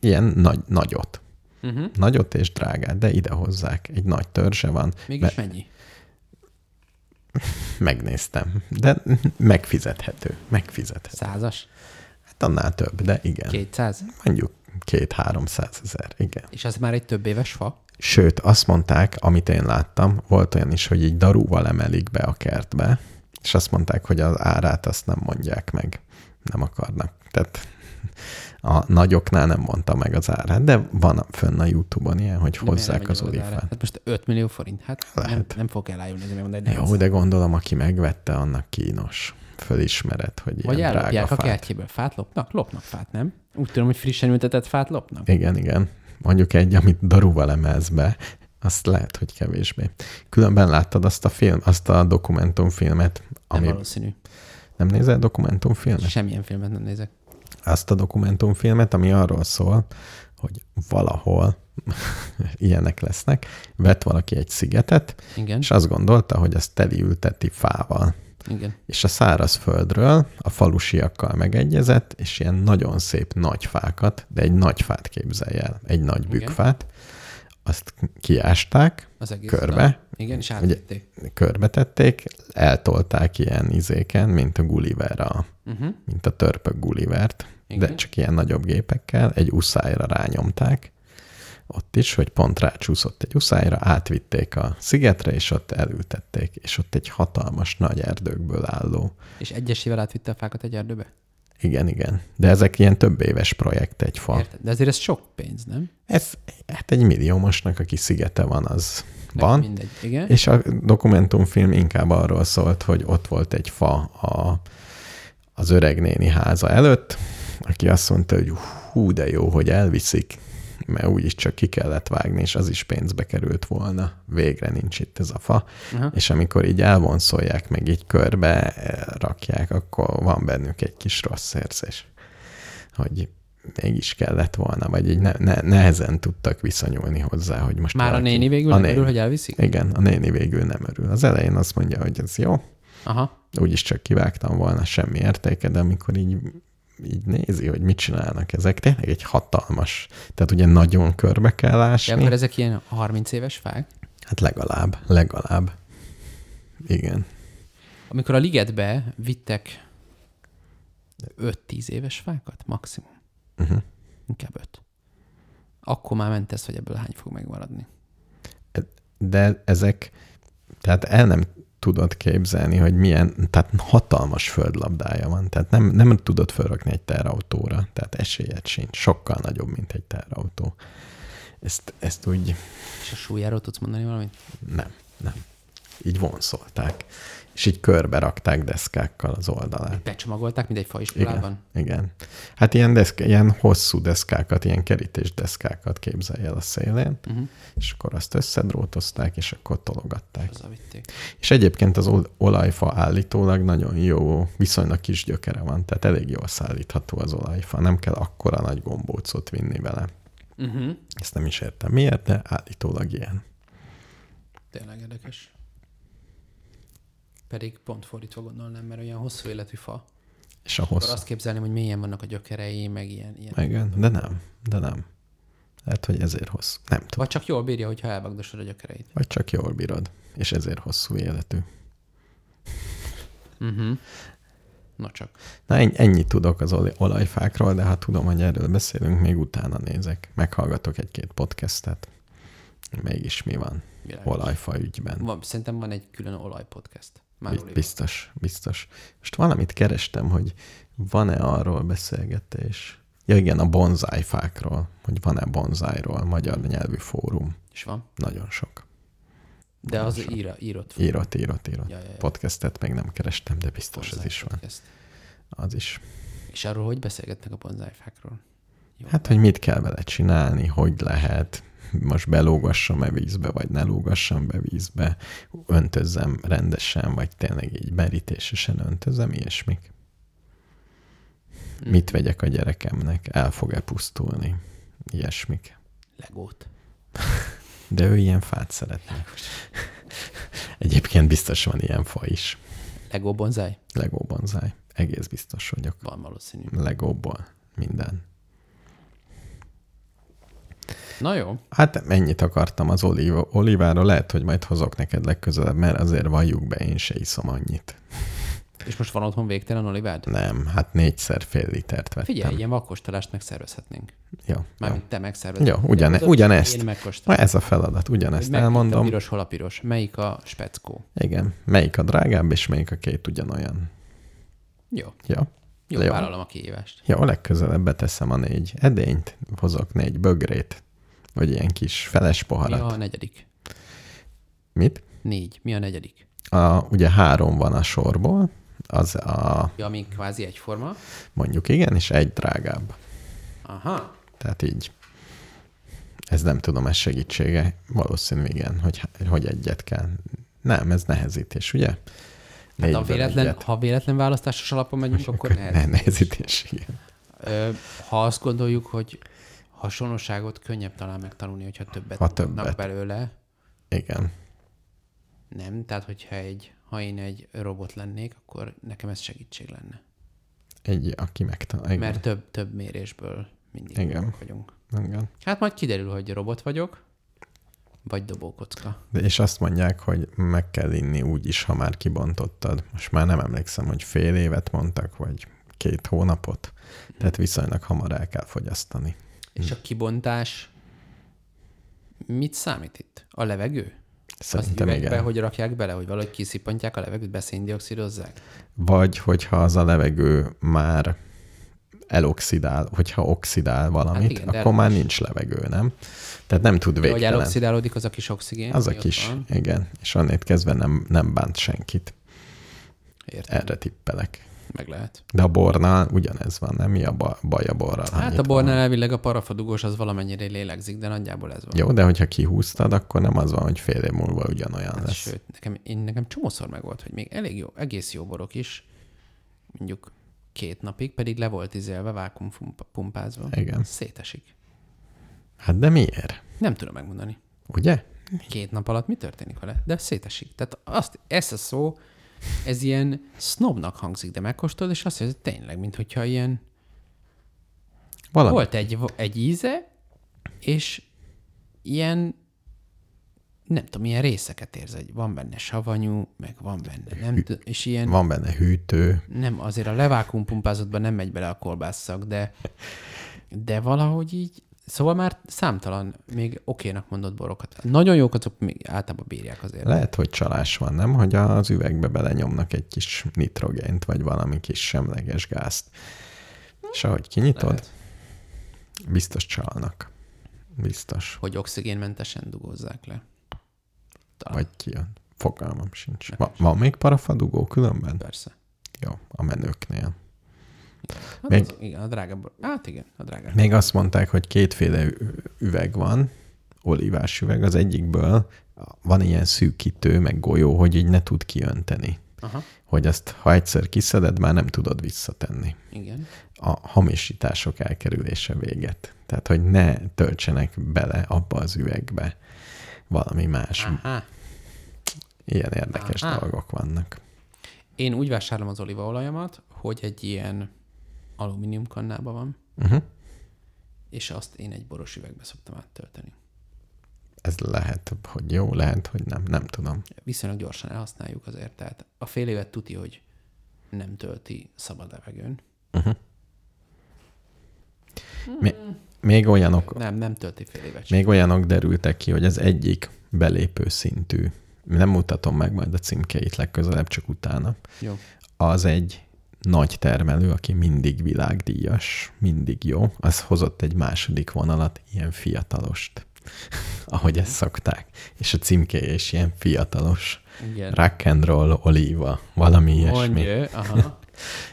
ilyen nagy, nagyot. Uh-huh. Nagyot és drágát, de ide hozzák. Egy nagy törzse van. Mégis mennyi? Megnéztem, de megfizethető. Megfizethető. Százas? Hát annál több, de igen. Kétszáz? mondjuk két-háromszáz ezer, igen. És az már egy több éves fa? Sőt, azt mondták, amit én láttam, volt olyan is, hogy így darúval emelik be a kertbe, és azt mondták, hogy az árát azt nem mondják meg, nem akarnak. Tehát a nagyoknál nem mondta meg az árát, de van fönn a YouTube-on ilyen, hogy De miért nem hozzák megy az oda az ára? olifát. Hát most 5 millió forint, hát nem, Lehet. nem fog elájulni, ezért mondani, hogy Jó, de gondolom, aki megvette, annak kínos. Fölismered, hogy ilyen Vagy drága ellopják a fát. kertjéből. Fát lopnak? Lopnak fát, nem? Úgy tudom, hogy frissen ültetett fát lopnak. Igen, igen. Mondjuk egy, amit daruval emelsz be, azt lehet, hogy kevésbé. Különben láttad azt a film, azt a dokumentumfilmet, Nem ami... Nem, valószínű. nem nézel dokumentumfilmet? Semmilyen filmet nem nézek. Azt a dokumentumfilmet, ami arról szól, hogy valahol ilyenek lesznek, vett valaki egy szigetet, Igen, és azt gondolta, hogy azt teli ülteti fával. igen. és a szárazföldről a falusiakkal megegyezett, és ilyen nagyon szép nagy fákat, de egy nagy fát képzelj el, egy nagy Igen. bükkfát, azt kiásták, Az egész. Körbe. dal. Igen, és Ugye- átvitték. körbe tették, eltolták ilyen izéken, mint a Gulliver, a, Uh-huh. mint a törpök Gullivert, Igen. de csak ilyen nagyobb gépekkel, egy uszájra rányomták, ott is, hogy pont rácsúszott egy uszájra, átvitték a szigetre, és ott elültették, és ott egy hatalmas nagy erdőkből álló És egyesével átvitte a fákat egy erdőbe. Igen, igen. De ezek ilyen több éves projekt egy fa. Érted? De azért ez sok pénz, nem? Ez, hát egy milliómosnak, aki szigete van, az Nekem van. Mindegy. Igen. És a dokumentumfilm inkább arról szólt, hogy ott volt egy fa a, az öreg néni háza előtt, aki azt mondta, hogy hú, de jó, hogy elviszik, mert úgyis csak ki kellett vágni, és az is pénzbe került volna. Végre nincs itt ez a fa. Aha. És amikor így elvonszolják, meg így körbe eh, rakják, akkor van bennük egy kis rossz érzés, hogy mégis kellett volna, vagy így ne, ne, nehezen tudtak viszonyulni hozzá, hogy most Már a valaki- néni végül a nem néni. örül, hogy elviszik? Igen, a néni végül nem örül. Az elején azt mondja, hogy ez jó, Aha. úgyis csak kivágtam volna semmi értéke, de amikor így, így nézi, hogy mit csinálnak ezek, tényleg egy hatalmas, tehát ugye nagyon körbe kell De ásni. akkor ezek ilyen 30 éves fák. Hát legalább, legalább. Igen. Amikor a ligetbe vittek 5-10 éves fákat maximum. Uh-huh. Inkább 5. Akkor már ment ez, hogy ebből hány fog megmaradni. De ezek, tehát el nem tudod képzelni, hogy milyen, tehát hatalmas földlabdája van, tehát nem, nem tudod felrakni egy terautóra, tehát esélyed sincs, sokkal nagyobb, mint egy terautó. Ezt, ezt úgy, És a súlyáról tudsz mondani valamit? Nem, nem. Így vonszolták. És így körbe rakták deszkákkal az oldalát. Becsomagolták, mint egy faiskolában? Igen, igen. Hát ilyen, deszk, ilyen hosszú deszkákat, ilyen kerítés deszkákat képzelj el a szélén, Uh-huh. és akkor azt összedrótozták, és akkor tologatták. Azzal vitték. És egyébként az ol- olajfa állítólag nagyon jó, viszonylag kis gyökere van, tehát elég jól szállítható az olajfa, nem kell akkora nagy gombócot vinni vele. Uh-huh. Ezt nem is értem miért, de állítólag ilyen. Tényleg érdekes. Pedig pont fordítva gondolnám, mert olyan hosszú életű fa. És a Akkor hosszú... azt képzelném, hogy mélyen vannak a gyökerei, meg ilyen. ilyen. Igen, de nem, de nem. Lehet, hogy ezért hosszú. Nem tudom. Vagy csak jól bírja, hogyha elvagdosod a gyökereit. Vagy csak jól bírod, és ezért hosszú életű. Uh-huh. Na csak. Na, en- ennyit tudok az oli- olajfákról, de ha tudom, hogy erről beszélünk, még utána nézek. Meghallgatok egy-két podcastet. Mégis mi van Világos. olajfa ügyben. Van, szerintem van egy külön olajpodcast. Már Bi- Oliver. Biztos, biztos. Most valamit kerestem, hogy van-e arról beszélgetés. Ja igen, a bonzájfákról, hogy van-e bonzájról magyar nyelvű fórum. És van. Nagyon sok. De az sok. íra, írott. fa. Írott, írott, írott. Ja, ja, ja. podcastet még nem kerestem, de biztos ez Bonsai is van. podcast. Az is. És arról hogy beszélgetnek a bonzájfákról? Jó. Hát, hogy mit kell vele csinálni, hogy lehet, most belógassam-e vízbe, vagy ne lógassam be vízbe, öntözzem rendesen, vagy tényleg így merítésesen öntözem, ilyesmik. Mm. Mit vegyek a gyerekemnek, el fog-e pusztulni, ilyesmik. Hmm. Legót. De ő ilyen fát szeretne. Egyébként biztos van ilyen fa is. Legó bonzáj? Lego bonzáj. Egész biztos vagyok. Van valószínű. Legóból minden. Na jó. Hát ennyit akartam az oliva, olivára, lehet, hogy majd hozok neked legközelebb, mert azért valljuk be, én se iszom annyit. És most van otthon végtelen olivád? Nem, hát négyszer fél litert vettem. Figyelj, ilyen vakkostalást megszervezhetnénk. Jó, jó. Mármint te megszervezed. jó ugyane, Tudod, ugyanezt. Én Ma megkóstolom. ez a feladat, ugyanezt Megnézem, A elmondom. piros, hol a piros. Melyik a speckó? Igen, melyik a drágább, és melyik a két ugyanolyan. Jó. Jó, Jó, Jó. vállalom a kihívást. Ja, a legközelebb beteszem a négy edényt, hozok négy bögrét, vagy ilyen kis feles Mi poharat. a Ja. negyedik? Mit? Négy. Mi a negyedik? A, ugye három van a sorból, az a, Ja, ami kvázi egyforma. mondjuk igen, és egy drágább. Aha. Hát, Tehát így. Ez nem tudom, ez segítsége. Valószínű igen, hogy, hogy egyet kell. Nem, ez nehezítés, ugye? Hát ha Négyből véletlen, egyet. ha véletlen választásos alapon megyünk, akkor Ne, ne. nehezítés, igen. Ö, ha azt gondoljuk, hogy hasonlóságot könnyebb talán megtanulni, hogyha többet Ha mutatnak többet. belőle. Igen. Nem, tehát hogyha egy, ha én egy robot lennék, akkor nekem ez segítség lenne. Egy, aki megtalál. Igen. Mert több, több mérésből mindig Igen. jobbak vagyunk. igen. Hát majd kiderül, hogy robot vagyok, vagy dobókocka. De és azt mondják, hogy meg kell inni úgy is, ha már kibontottad. Most már nem emlékszem, hogy fél évet mondtak, vagy két hónapot. Tehát viszonylag hamar el kell fogyasztani. Hm. És a kibontás mit számít itt? A levegő? Szerintem Azt üvegbe, igen. hogy rakják bele, hogy valahogy kiszippantják a levegőt, beszéndiokszidozzák? Vagy hogyha az a levegő már eloxidál, hogyha oxidál valamit, igen, hát de igen, akkor már erről is. nincs levegő, nem? Tehát nem tud Végtelen. Hogy végtelen. eloxidálódik az a kis oxigén? Az a ami ott kis, Van. igen. És annét kezdve nem, nem bánt senkit. Értem, Erre tippelek. meg lehet. De a bornál ugyanez van, nem? Mi a ba- baj a borral? Hát Annyit a van. bornál elvileg a parafadugós az valamennyire lélegzik, de nagyjából ez van. Jó, de hogyha kihúztad, akkor nem az van, hogy fél év múlva ugyanolyan Hát lesz. sőt, nekem, én, nekem csomószor meg volt, hogy még elég jó, egész jó borok is, mondjuk két napig, pedig le volt izelve, vákumpumpázva. Igen. Szétesik. Hát de miért? Nem tudom megmondani. Ugye? Két nap alatt mi történik vele, de szétesik. Tehát azt, ez a szó, ez ilyen snobnak hangzik, de megkóstolod, és azt hiszed, hogy tényleg, mint hogyha ilyen, Valami. volt egy, egy íze, és ilyen, nem tudom, ilyen részeket érz, hogy van benne savanyú, meg van benne, nem tudom, és ilyen... Van benne hűtő. Nem, azért a levákumpumpázottban nem megy bele a kolbásszak, de, de valahogy így, szóval már számtalan még okénak mondott borokat. Nagyon jók azok még általában bírják azért. Lehet, hogy csalás van, nem? Hogy az üvegbe belenyomnak egy kis nitrogént, vagy valami kis semleges gázt. És ahogy kinyitod, Lehet. biztos csalnak. Biztos. Hogy oxigénmentesen dugózzák le. Talán, Vagy kijön. Fogalmam sincs. Va- van még parafadugó különben? persze. Jó, a menőknél. Hát Még- az, igen, a drágább. bor- Hát igen, a drágább. Még azt mondták, hogy kétféle ü- üveg van, olívás üveg, az egyikből van ilyen szűkítő, meg golyó, hogy így ne tud kiönteni. Aha, Hogy azt, ha egyszer kiszeded, már nem tudod visszatenni. igen. A hamisítások elkerülése véget. Tehát, hogy ne töltsenek bele abba az üvegbe valami más. Aha. Ilyen érdekes Aha. dolgok vannak. Én úgy vásárolom az olívaolajamat, hogy egy ilyen alumínium kannában van, Uh-huh. és azt én egy boros üvegbe szoktam áttölteni. Ez lehet, hogy jó, lehet, hogy nem, nem tudom. viszonylag gyorsan elhasználjuk azért. Tehát a fél évet tuti, hogy nem tölti szabad levegőn. Mhm. Mi, még olyanok, Nem, nem tölti fél évet. sem. Még olyanok derültek ki, hogy az egyik belépő szintű, nem mutatom meg majd a címkeit legközelebb, csak utána, Jó. az egy nagy termelő, aki mindig világdíjas, mindig jó, az hozott egy második vonalat, ilyen fiatalost, ahogy ezt szokták. És a címkéje is ilyen fiatalos. Igen. Rock and roll, olíva, valami ilyesmi. Mondja, aha,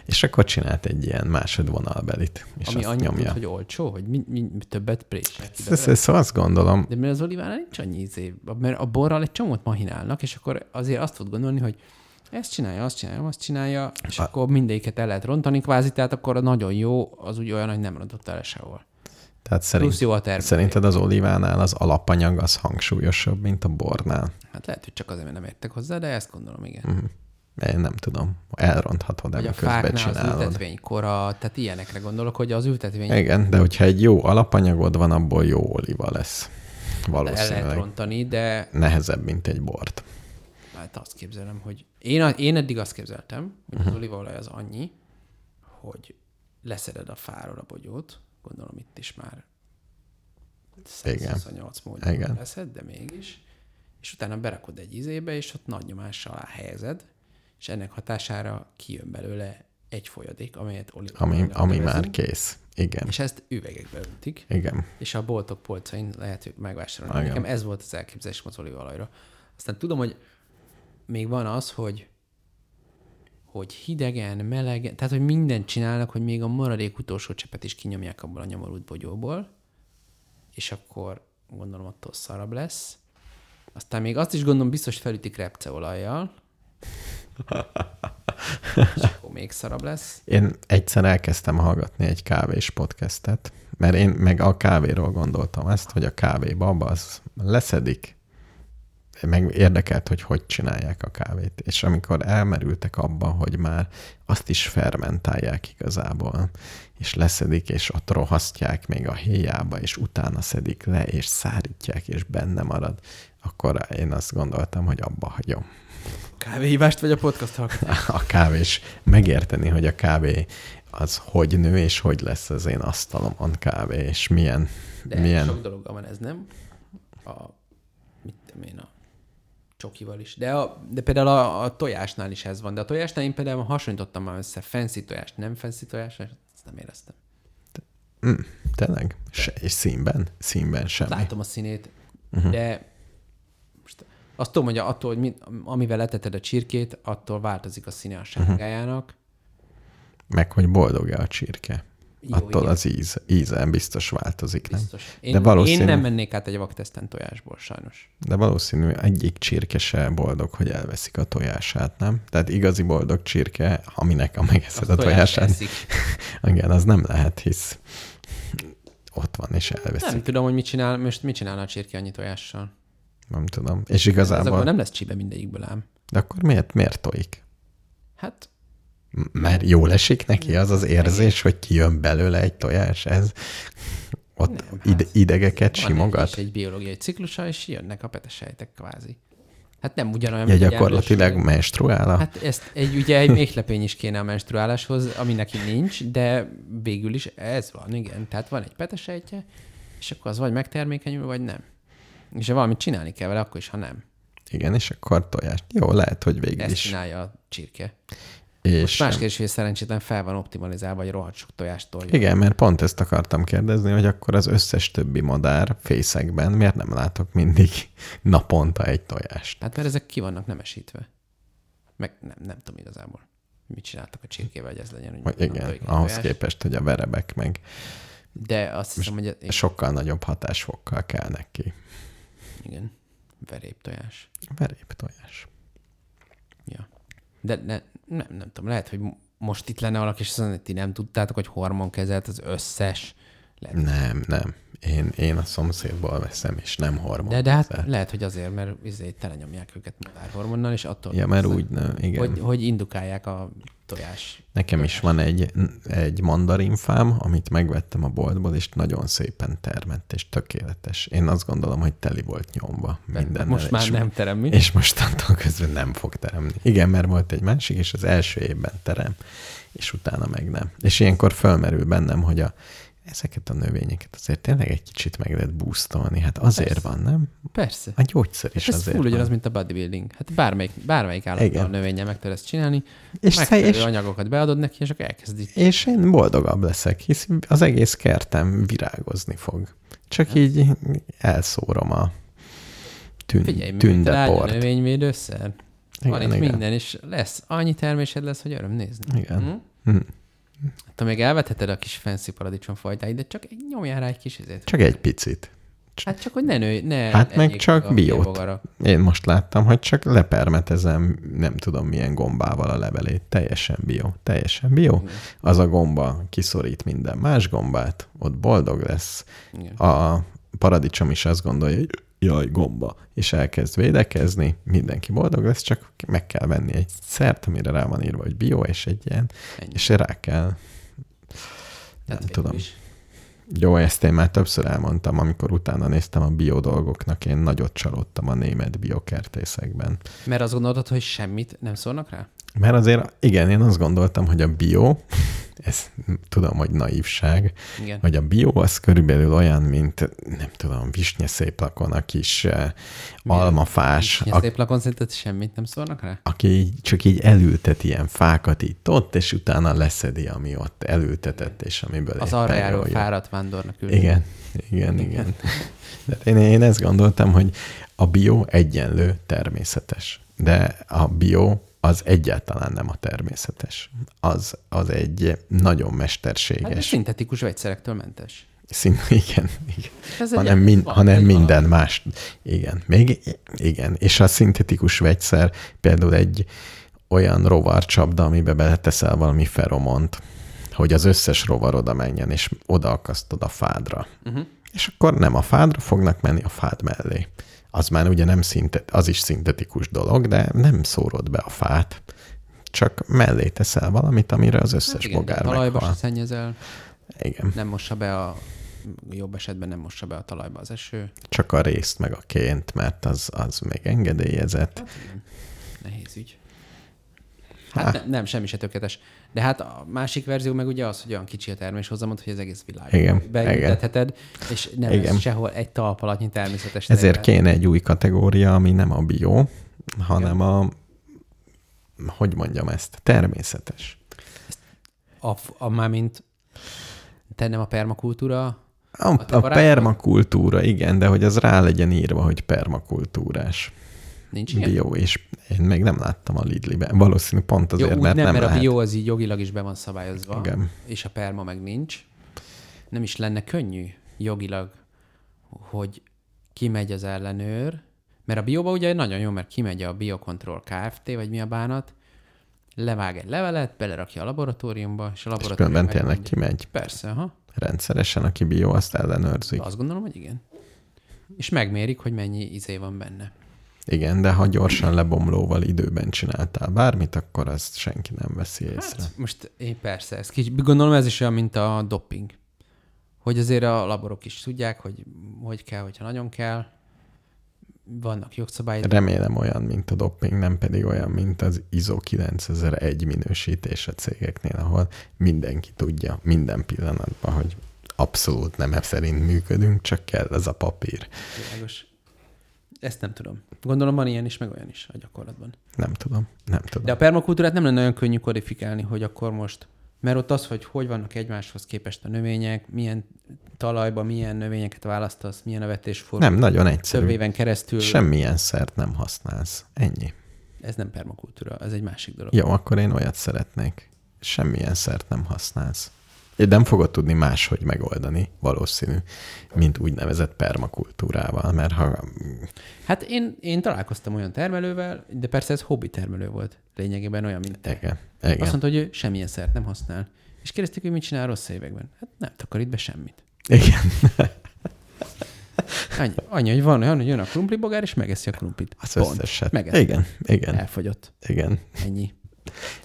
És akkor csinált egy ilyen másodvonalbelit, és ami azt annyit tud, nyomja. hogy olcsó, hogy mi, mi, mi többet préselek. ki belőle. Szóval azt gondolom, De mert az olivánál nincs annyi izé, mert a borral egy csomót mahinálnak, és akkor azért azt tud gondolni, hogy ezt csinálja, azt csinálja, azt csinálja, és akkor mindegyiket el lehet rontani kvázi, tehát akkor a nagyon jó, az úgy olyan, hogy nem rontotta el sehol. tehát szerint, Plusz jó a termék. Szerinted az olívánál az alapanyag az hangsúlyosabb, mint a bornál? Hát lehet, hogy csak azért, mert nem értek hozzá, de ezt gondolom, igen. Mm. Én nem tudom. Elronthatod el, Vagy a közben fáknál az csinálod. ültetvénykora, tehát ilyenekre gondolok, hogy az ültetvény el Igen, de hogyha egy jó alapanyagod van, abból jó oliva lesz. lehet Valószínűleg rontani, de nehezebb, mint egy bort. hát azt képzelem, hogy én, a- én eddig azt képzeltem, hogy Mhm. az olívaolaj az annyi, hogy leszeded a fáról a bogyót, gondolom itt is már 128 módon Igen. leszed, de mégis, és utána berakod egy izébe, és ott nagy nyomás alá helyezed, és ennek hatására kijön belőle egy folyadék, amelyet oli- ami, olajnak ami nevezünk, már kész. Igen, És ezt üvegekbe öntik, igen. és a boltok polcain lehet hogy megvásárolni. Igen. Nekem ez volt az elképzelésem az olívaolajra. Aztán tudom, hogy még van az, hogy hogy hidegen, melegen, tehát hogy mindent csinálnak, hogy még a maradék utolsó csepet is kinyomják abból a nyomorult bogyóból, és akkor gondolom attól szarabb lesz. Aztán még azt is gondolom biztos felütik repceolajjal, és akkor még szarabb lesz. Én egyszer elkezdtem hallgatni egy kávés podcastet, mert én meg a kávéról gondoltam ezt, hogy a kávéba abba az leszedik. Meg érdekelt, hogy hogy csinálják a kávét. És amikor elmerültek abba, hogy már azt is fermentálják igazából, és leszedik, és ott rohasztják még a héjába, és utána szedik le, és szárítják, és benne marad, akkor én azt gondoltam, hogy abba hagyom Kávéhívást vagy a podcast hallgatást? a kávés, megérteni, hogy a kávé az hogy nő, és hogy lesz az én asztalomon kávé, és milyen, De Milyen? milyen sok dologgal van ez, nem? A, mit tudom én, a csokival is. De, a, de például a, a tojásnál is ez van. De a tojásnál én például hasonlítottam már össze fancy tojást, nem fancy tojást, és ezt nem éreztem. tényleg, Se, és színben, színben semmi. Mhm. Hm. Látom a színét, uh-huh. de most azt tudom, hogy attól, hogy mit, amivel leteted a csirkét, attól változik a Hm. színe a sárgájának. Meg, hogy boldog a csirke. Jó, Attól igen. az íz, ízen biztos változik, nem? Biztos. Én, De valószínű, én nem mennék át egy vakteszten tojásból, sajnos. de valószínű egyik csirke se boldog, hogy elveszik a tojását, nem? Tehát igazi boldog csirke, aminek a megeszed Azt a tojását. eszik. Igen, az nem lehet, hisz ott van és elveszik. Nem Nem, tudom, hogy mit csinál, most mit csinálna a csirke annyi tojással. nem tudom. És Ez akkor igazából... nem lesz csibe mindegyikből ám. De akkor miért, miért tojik? Hát M- Mert jól esik neki az az érzés, hogy kijön belőle egy tojás, ez ott Nem, nem, ide, hát idegeket van neki simogat. is egy biológiai ciklusa, és jönnek a petesejtek kvázi. Hát nem ugyanolyan, Ja, mint egy gyakorlatilag állatség. menstruál a... Hát, Hát ezt egy, ugye egy méhlepény is kéne a menstruáláshoz, ami neki nincs, de végül is ez van, igen. Tehát van egy petesejtje, és akkor az vagy megtermékenyül, vagy nem. És ha valamit csinálni kell vele, akkor is, ha nem. igen, és akkor tojást. Jó, lehet, hogy végül Ezt is. csinálja a csirke. És Más kérdés, hogy szerencsétlen fel van optimalizálva, hogy rohadt sok tojástól. igen, mert pont ezt akartam kérdezni, hogy akkor az összes többi madár fészekben miért nem látok mindig naponta egy tojást? Hát mert ezek ki vannak nemesítve. Meg nem, nem tudom igazából, hogy mit csináltak a csirkével, hogy ez legyen. Hogy Vagy nem igen, tojik a ahhoz tojás. képest, hogy a verebek meg De azt hiszem, hogy e- sokkal nagyobb hatásfokkal kelnek ki. igen, veréb tojás. Veréb tojás. Ja. De ne, nem, nem tudom, lehet, hogy mo- most itt lenne valaki, és azt mondja, hogy ti nem tudtátok, hogy hormonkezelt az összes. Lehet, Nem, nem. Én, én a szomszédból veszem, és nem hormon. de, de hát lehet, hogy azért, mert izé, telenyomják őket madárhormonnal, és attól ja, mert tartanak, úgy nem, igen. hogy, hogy indukálják a tojás. Nekem is van egy, egy mandarinfám, amit megvettem a boltból, és nagyon szépen termett, és tökéletes. Én azt gondolom, hogy teli volt nyomva minden. most már nem terem, mi? És mostantól közben nem fog teremni. Igen, mert volt egy másik, és az első évben terem, és utána meg nem. És ilyenkor fölmerül bennem, hogy a, ezeket a növényeket azért tényleg egy kicsit meg lehet boostolni. Hát azért Persze. van, nem? Persze. A Hát gyógyszer is És Hát ez azért full van. ugyanaz, mint a bodybuilding. Hát bármelyik, bármelyik állattal a Igen. növénye meg tudod ezt csinálni, és És megfelelő teljes- anyagokat beadod neki, és akkor elkezdi. És én boldogabb leszek, hisz az egész kertem virágozni fog. Csak Hát. így elszórom a tün- Figyelj, tünde a tündeport. növényvédőszer. Van itt igen. minden, és lesz. Annyi termésed lesz, hogy öröm nézni. Igen. Hm? Hm. Hát, ha még elvetheted a kis fancy paradicsom fajtáid, de csak egy- nyomjál rá egy kis ezért. Csak egy picit. Hát csak, hogy ne nőj, ne Hát meg egyék csak a biót. bogarak. Én most láttam, hogy csak lepermetezem nem tudom milyen gombával a levelét. Teljesen bio. Teljesen bio. Igen. Az a gomba kiszorít minden más gombát, ott boldog lesz. Igen. A paradicsom is azt gondolja, hogy jaj, gomba, és elkezd védekezni, mindenki boldog lesz, csak meg kell venni egy szert, amire rá van írva, hogy bio, és egy ilyen, Ennyi. és rá kell. Tehát nem tudom. végül is. Jó, ezt én már többször elmondtam, amikor utána néztem a bio dolgoknak, én nagyot csalódtam a német biokertészekben. Mert azt gondolod, hogy semmit nem szólnak rá? Mert azért, igen, én azt gondoltam, hogy a bio ez tudom, hogy naívság, Igen. hogy a bio az körülbelül olyan, mint nem tudom, visnye széplakon a kis eh, almafás, Ilyen a, szép lakon szerinted semmit nem szólnak rá? aki így, csak így elültet ilyen fákat itt ott, és utána leszedi, ami ott elültetett, és amiből Az éppen arra járó jól jön. fáradt vándornak ül. Igen, igen, igen. De én, én ezt gondoltam, hogy a bio egyenlő természetes, de a bio az egyáltalán nem a természetes. Az, az egy nagyon Hát de mesterséges hát szintetikus vegyszerektől mentes. szín, igen, igen. Ez egy- hanem, min, van, hanem egy minden más. Igen, még igen. És a szintetikus vegyszer például egy olyan rovarcsapda, amibe beleteszel valami feromont, hogy az összes rovar oda menjen, és odaakasztod a fádra. Uh-huh. És akkor nem a fádra fognak menni, a fád mellé. Az már ugye nem szintet, az is szintetikus dolog, de nem szórod be a fát, csak mellé teszel valamit, amire az összes hát igen, igen, bogár talajba se meghal. szennyezel, Igen, nem mossa be a jobb esetben nem mossa be a talajba az eső. csak a részt meg a ként, mert az, az még engedélyezett. Nehéz ügy. Hát ne, nem, semmi se tökéletes. De hát a másik verzió meg ugye az, hogy olyan kicsi a termés hozamod, hogy az egész világ Igen, beültetheted, és nem Igen. lesz sehol egy talp alatnyi természetes Ezért terület. kéne egy új kategória, ami nem a bio, hanem a, hogy mondjam ezt, természetes. A, f- a mármint te nem a permakultúra, A, a, te barátod? permakultúra, igen, de hogy az rá legyen írva, hogy permakultúrás. nincs ilyen? Bio, és én még nem láttam a Lidliben. Valószínű pont Jó, azért, úgy mert nem, nem, mert lehet. a bio az így jogilag is be van szabályozva, Igen. és a perma meg nincs. Nem is lenne könnyű jogilag, hogy kimegy az ellenőr, mert a bióba ugye nagyon jó, mert kimegy a Biocontrol Kft. vagy mi a bánat, levág egy levelet, belerakja a laboratóriumba, és a És laboratórium különben tényleg megmondja. kimegy. Persze, ha. Rendszeresen, aki bio, azt ellenőrzi. Azt gondolom, hogy igen. És megmérik, hogy mennyi izé van benne. Igen, de ha gyorsan lebomlóval időben csináltál bármit, akkor azt senki nem veszi észre. Hát, most én persze, ez kicsi, gondolom ez is olyan, mint a doping. Hogy azért a laborok is tudják, hogy hogy kell, hogyha nagyon kell. Vannak jogszabályok. Remélem olyan, mint a dopping, nem pedig olyan, mint az ISO 9001 minősítése cégeknél, ahol mindenki tudja minden pillanatban, hogy abszolút nem e szerint működünk, csak kell ez a papír. Világos. Ezt nem tudom. Gondolom van ilyen is, meg olyan is a gyakorlatban. Nem tudom, nem De tudom. a permakultúrát nem lenne olyan könnyű kodifikálni, hogy akkor most, mert ott az, hogy hogy vannak egymáshoz képest a növények, milyen talajba, milyen növényeket választasz, milyen a vetésforma. Nem, nagyon Több egyszerű. éven keresztül. Semmilyen szert nem használsz. Ennyi. Ez nem permakultúra, ez egy másik dolog. Jó, akkor én olyat szeretnék. Semmilyen szert nem használsz. Nem fogod tudni máshogy megoldani, valószínű, mint úgynevezett permakultúrával, mert ha Hát én, én találkoztam olyan termelővel, de persze ez hobbi termelő volt. Lényegében olyan, mint te. igen, Azt igen. mondta, hogy ő semmilyen szert nem használ. És kérdeztük, hogy mit csinál a rossz években. Hát nem takarít be semmit. Igen. Annyi, annyi hogy van olyan, hogy jön a krumplibogár, és megeszi a krumplit. Az Pont. összeset. Megeszi. Igen, igen, Elfogyott. igen. Ennyi.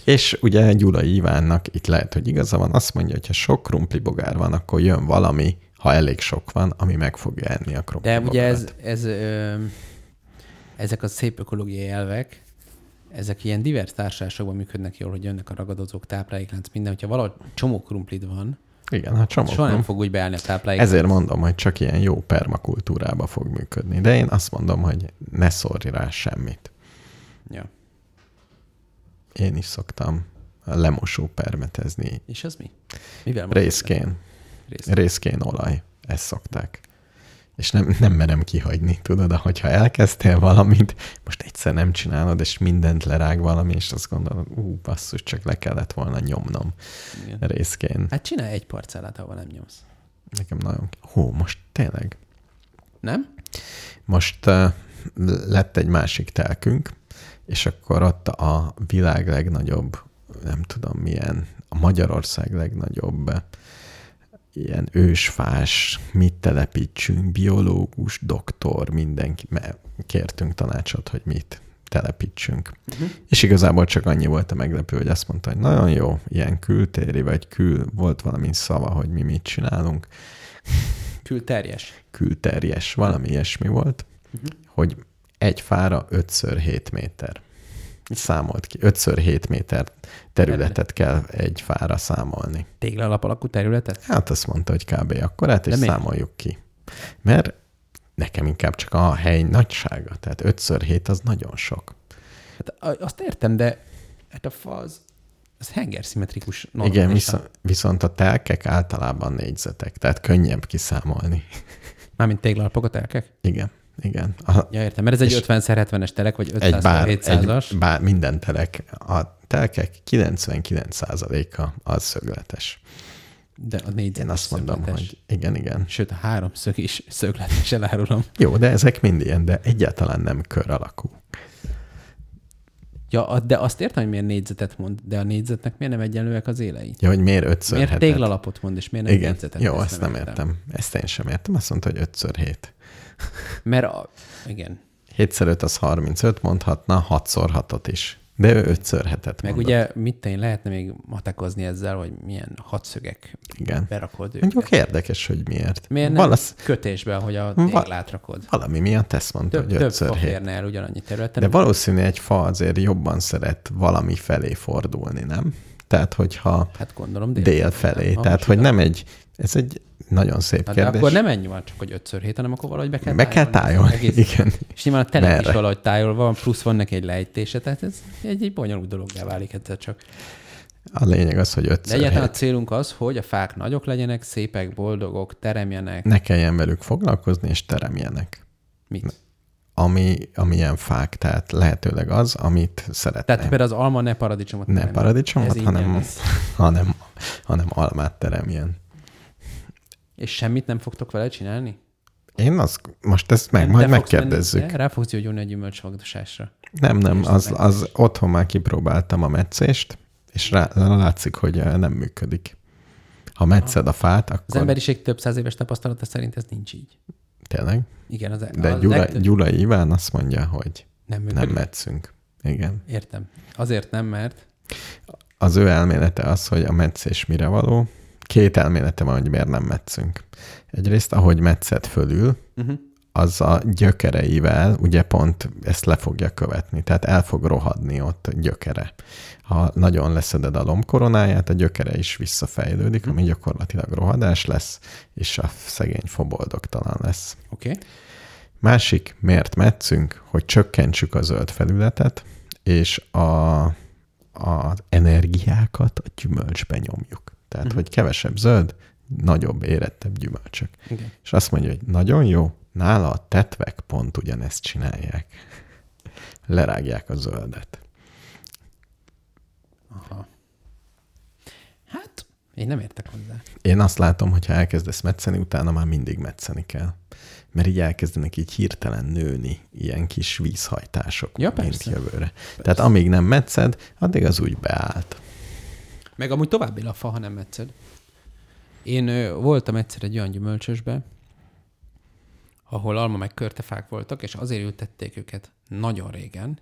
És ugye Gyulai Ivánnak itt lehet, hogy igaza van, azt mondja, hogy ha sok krumplibogár van, akkor jön valami, ha elég sok van, ami meg fogja enni a De krumplibogarat. ugye ez, ez ö, ezek a szép ökológiai elvek, ezek ilyen divers társaságokban működnek jól, hogy jönnek a ragadozók, tápláléklánc, minden. Hogyha valahogy csomó krumplid van, Igen, hát csomó. soha nem krumpli- fog úgy beállni a tápláléklánc. Ezért mondom, hogy csak ilyen jó permakultúrába fog működni. De én azt mondom, hogy ne szórj rá semmit. Ja. Én is szoktam lemosó permetezni. És az mi? Mivel most- Részkén. Részkén. Részkén olaj. Ezt szokták. És nem, nem merem kihagyni, tudod, hogyha elkezdtél valamit, most egyszer nem csinálod, és mindent lerág valami, és azt gondolod, ú, basszus, csak le kellett volna nyomnom Igen. részkén. Hát csinálj egy parcellát, ahol nem nyomsz. Nekem nagyon... Hú, most tényleg Nem? Most ö, lett egy másik telkünk, és akkor ott a világ legnagyobb, nem tudom milyen, a Magyarország legnagyobb ö, ilyen ősfás, mit telepítsünk, biológus, doktor, mindenki, mert kértünk tanácsot, hogy mit telepítsünk. Uh-huh. És igazából csak annyi volt a meglepő, hogy azt mondta, hogy nagyon jó, ilyen kültéri, vagy kül, volt valami szava, hogy mi mit csinálunk, Külterjes. külterjes, valami ilyesmi volt, hogy egy fára 5 x 7 méter. Így számolt ki. 5x7 méter területet kell egy fára számolni. Téglalap alakú területet? Hát azt mondta, hogy kb. akkorát, és De miért? számoljuk ki. Mert nekem inkább csak a hely nagysága, tehát 5x7 az nagyon sok. Hát a- azt értem, de hát a fa az, az henger szimmetrikus. Igen, normálisan. viszont, viszont a telkek általában négyzetek, tehát könnyebb kiszámolni. Mármint téglalapok a telkek? Igen, igen. A, Ja, értem, mert ez egy És 50x70-es telek, vagy egy bár, 500x700-as. egy bár, minden telek, a telkek 99%-a az szögletes. De a négy Én azt mondom, hogy igen, igen. Sőt, a háromszög is szögletes, elárulom. Jó, de ezek mind ilyen, de egyáltalán nem kör alakú. Ja, a- de azt értem, hogy miért négyzetet mond, de a négyzetnek miért nem egyenlőek az élei? Ja, hogy miért ötször Miért hetet? téglalapot mond, és miért nem Igen, négyzetet? jó, ezt nem értem. Ezt én sem értem. Azt mondta, hogy 5 7 Mert a... igen. 7 5 az 35, mondhatna 6 6 is. De ő 5 7 Meg ugye, mit te, lehetne még matekozni ezzel, hogy milyen hatszögek Igen. berakod őket. Mondjuk érdekes, hogy miért. Miért nem Valasz, kötésben, hogy a Val- téglát rakod? valami miatt ezt mondta, Több, hogy több 5 fa 7 férne el ugyanannyi területen. De valószínű egy fa azért jobban szeret valami felé fordulni, nem? Tehát, hogyha Hát gondolom dél, dél. dél felé. Ha Tehát, most hogy igaz. nem egy, ez egy nagyon szép Hát de kérdés. akkor nem ennyi van, csak hogy ötször hét, hanem akkor valahogy be kell Meg kell tájolni. Egész- Igen. És nyilván a telek Merre? Merre? is valahogy tájolva van, plusz van neki egy lejtése, tehát ez egy, egy bonyolult dologgá válik egyszer csak. A lényeg az, hogy 5 De egyáltalán a 7 célunk az, hogy a fák nagyok legyenek, szépek, boldogok, teremjenek. ne kelljen velük foglalkozni, és teremjenek. Mit? ami, amilyen fák, tehát lehetőleg az, amit szeretném. Tehát például az alma ne paradicsomot nem teremjen. Ez paradicsomot, ingyen hanem, lesz. hanem, hanem almát teremjen. És semmit nem fogtok vele csinálni? Én az, most ezt meg, Nem, majd te fogsz megkérdezzük. Menni, de rá fogsz gyógyulni a gyümölcsfagdosásra. nem, nem, Most az, meg- az otthon már kipróbáltam a metszést, és rá, látszik, hogy eh, nem működik. Ha metszed a fát, akkor Ah. Az emberiség több száz éves tapasztalata szerint ez nincs így. tényleg. Igen, az De a Gyula, legtöbb- Gyula Iván azt mondja, hogy Nem, nem nem metszünk. Igen. Értem. Azért nem, mert az ő elmélete az, hogy a metszés mire való. Két elmélete van, hogy miért nem metszünk. Egyrészt, ahogy metszed fölül, uh-huh. az a gyökereivel ugye pont ezt le fogja követni, tehát el fog rohadni ott a gyökere. Ha nagyon leszeded a lombkoronáját, a gyökere is visszafejlődik, ami gyakorlatilag rohadás lesz, és a szegény foboldogtalan lesz. oké. Okay. Másik, miért metszünk, hogy csökkentsük a zöld felületet, és a, a energiákat a gyümölcsbe nyomjuk. Tehát, uh-huh. hogy kevesebb zöld, nagyobb, érettebb gyümölcsök. Igen. És azt mondja, hogy nagyon jó, nála a tetvek pont ugyanezt csinálják. Lerágják a zöldet. Aha. Hát, én nem értek hozzá. Én azt látom, hogy ha elkezdesz metszeni, utána már mindig metszeni kell. Mert így elkezdenek így hirtelen nőni ilyen kis vízhajtások, Ja, mint persze. jövőre. Persze. Tehát amíg nem metszed, addig az úgy beállt. Meg amúgy tovább él a fa, ha nem metszed. Én ö, voltam egyszer egy olyan gyümölcsösbe, ahol alma meg körtefák voltak, és azért ültették őket nagyon régen,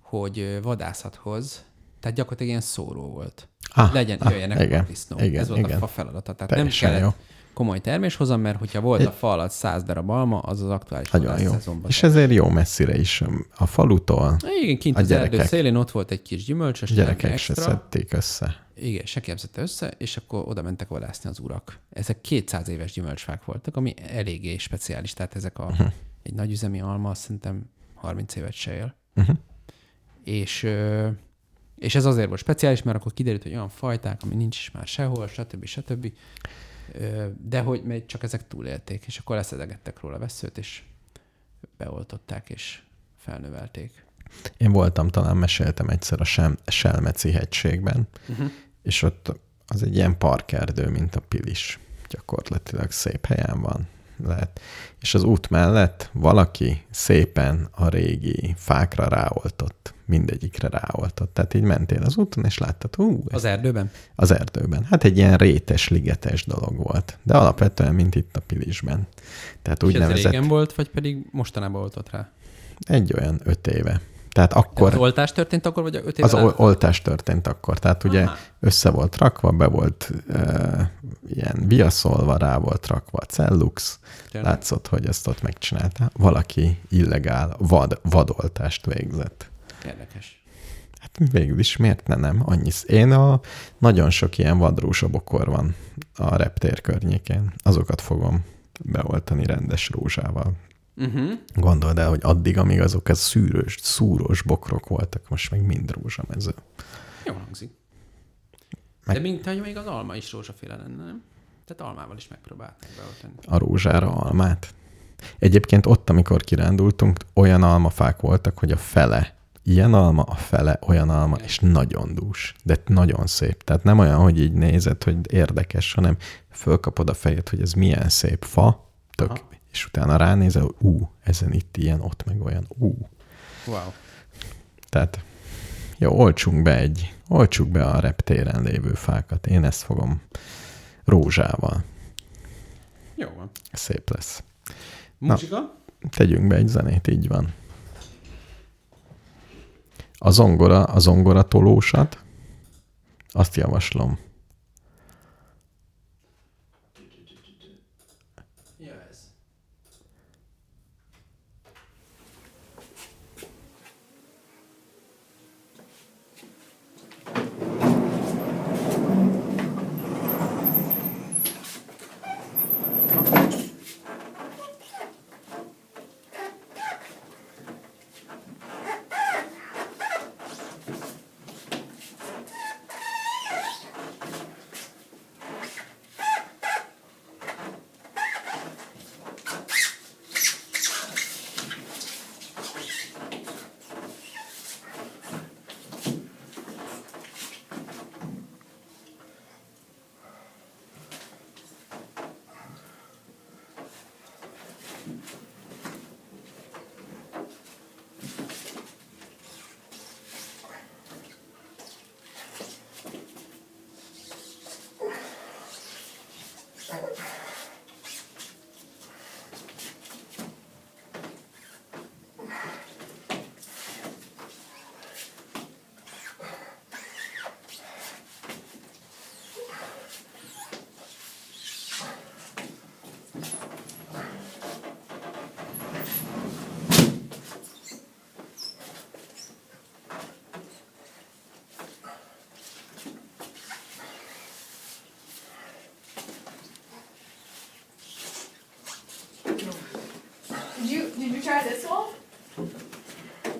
hogy ö, vadászathoz, tehát gyakorlatilag ilyen szóró volt. Ah, Legyen, ah, jöjjenek igen, igen, disznó. igen, Ez volt igen. a fa feladata. Tehát Teljesen nem kellett jó. jó. komoly terméshozam, mert hogyha volt a fa alatt száz darab alma, az az aktuális Nagyon jó. vadászszezonban. És ezért jó messzire is. A falutól Igen, kint A a az erdő gyerekek. szélén ott volt egy kis gyümölcsös, a gyerekek se extra. szedték össze. Igen, se képzette össze, és akkor oda mentek vadászni az urak. Ezek 200 éves gyümölcsfák voltak, ami eléggé speciális. Tehát ezek a, uh-huh. egy nagyüzemi alma, azt szerintem 30 évet se él. Uh-huh. És, ö, és ez azért volt speciális, mert akkor kiderült, hogy olyan fajták, ami nincs is már sehol, stb. stb. Ö, De hogy még csak ezek túlélték, és akkor leszedegettek róla veszőt, és beoltották, és felnövelték. Én voltam, talán meséltem egyszer a Sem- Selmeci hegységben, Mhm. uh-huh. és ott az egy ilyen parkerdő, mint a Pilis. Gyakorlatilag szép helyen van. Lehet. És az út mellett valaki szépen a régi fákra ráoltott, mindegyikre ráoltott. Tehát így mentél az úton, és láttad, hú, ez Az e- erdőben? az erdőben. Hát egy ilyen rétes, ligetes dolog volt, de alapvetően, mint itt a Pilisben. Tehát Úgy és ez úgynevezett régen volt, vagy pedig mostanában oltott rá? egy olyan öt éve. Tehát Akkor... akkor Az oltás történt akkor, vagy a öt az évvel ol- oltás történt akkor. Tehát ugye Aha. össze volt rakva, be volt uh, ilyen viaszolva, rá volt rakva a cellux. Tényleg? Látszott, hogy ezt ott megcsinálta. Valaki illegál vad, vadoltást végzett. Érdekes. Hát végül is miért ne nem? Annyi. Én a nagyon sok ilyen vadrúsobokor van a reptér környékén. Azokat fogom beoltani rendes rózsával. Uh-huh. Gondold el, hogy addig, amíg azok ez szűrős, szúrós bokrok voltak, most meg mind rózsamező. Jó hangzik. Meg- De mint hogy még az alma is rózsaféle lenne, nem? Tehát almával is megpróbálták beölteni. a rózsára almát. Egyébként ott, amikor kirándultunk, olyan almafák voltak, hogy a fele ilyen alma, a fele olyan alma, és nagyon dús, de nagyon szép. Tehát nem olyan, hogy így nézed, hogy érdekes, hanem fölkapod a fejed, hogy ez milyen szép fa, tök, Aha. és utána ránézel, hogy ú, ezen itt ilyen, ott meg olyan, ú. Wow. Tehát jó, olcsunk be egy, olcsuk be a reptéren lévő fákat. Én ezt fogom rózsával. Jó van. Szép lesz. Muzsika? tegyünk be egy zenét, így van. A zongora, a zongora tolósat, azt javaslom. Ja, ez. Did you did you try this one? I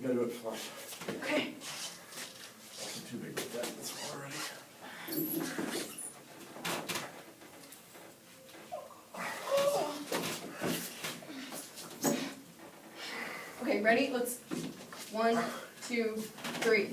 gotta do it flush. Okay. That's too big with that. That's far already. Okay, ready? Let's one, two, three.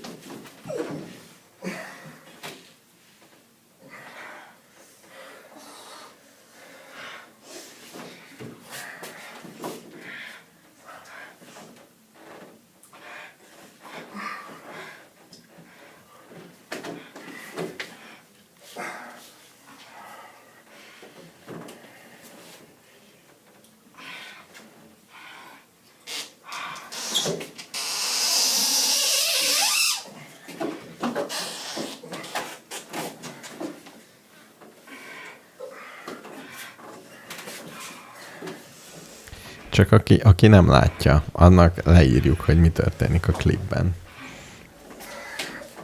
Csak aki, aki nem látja, annak leírjuk, hogy mi történik a klipben.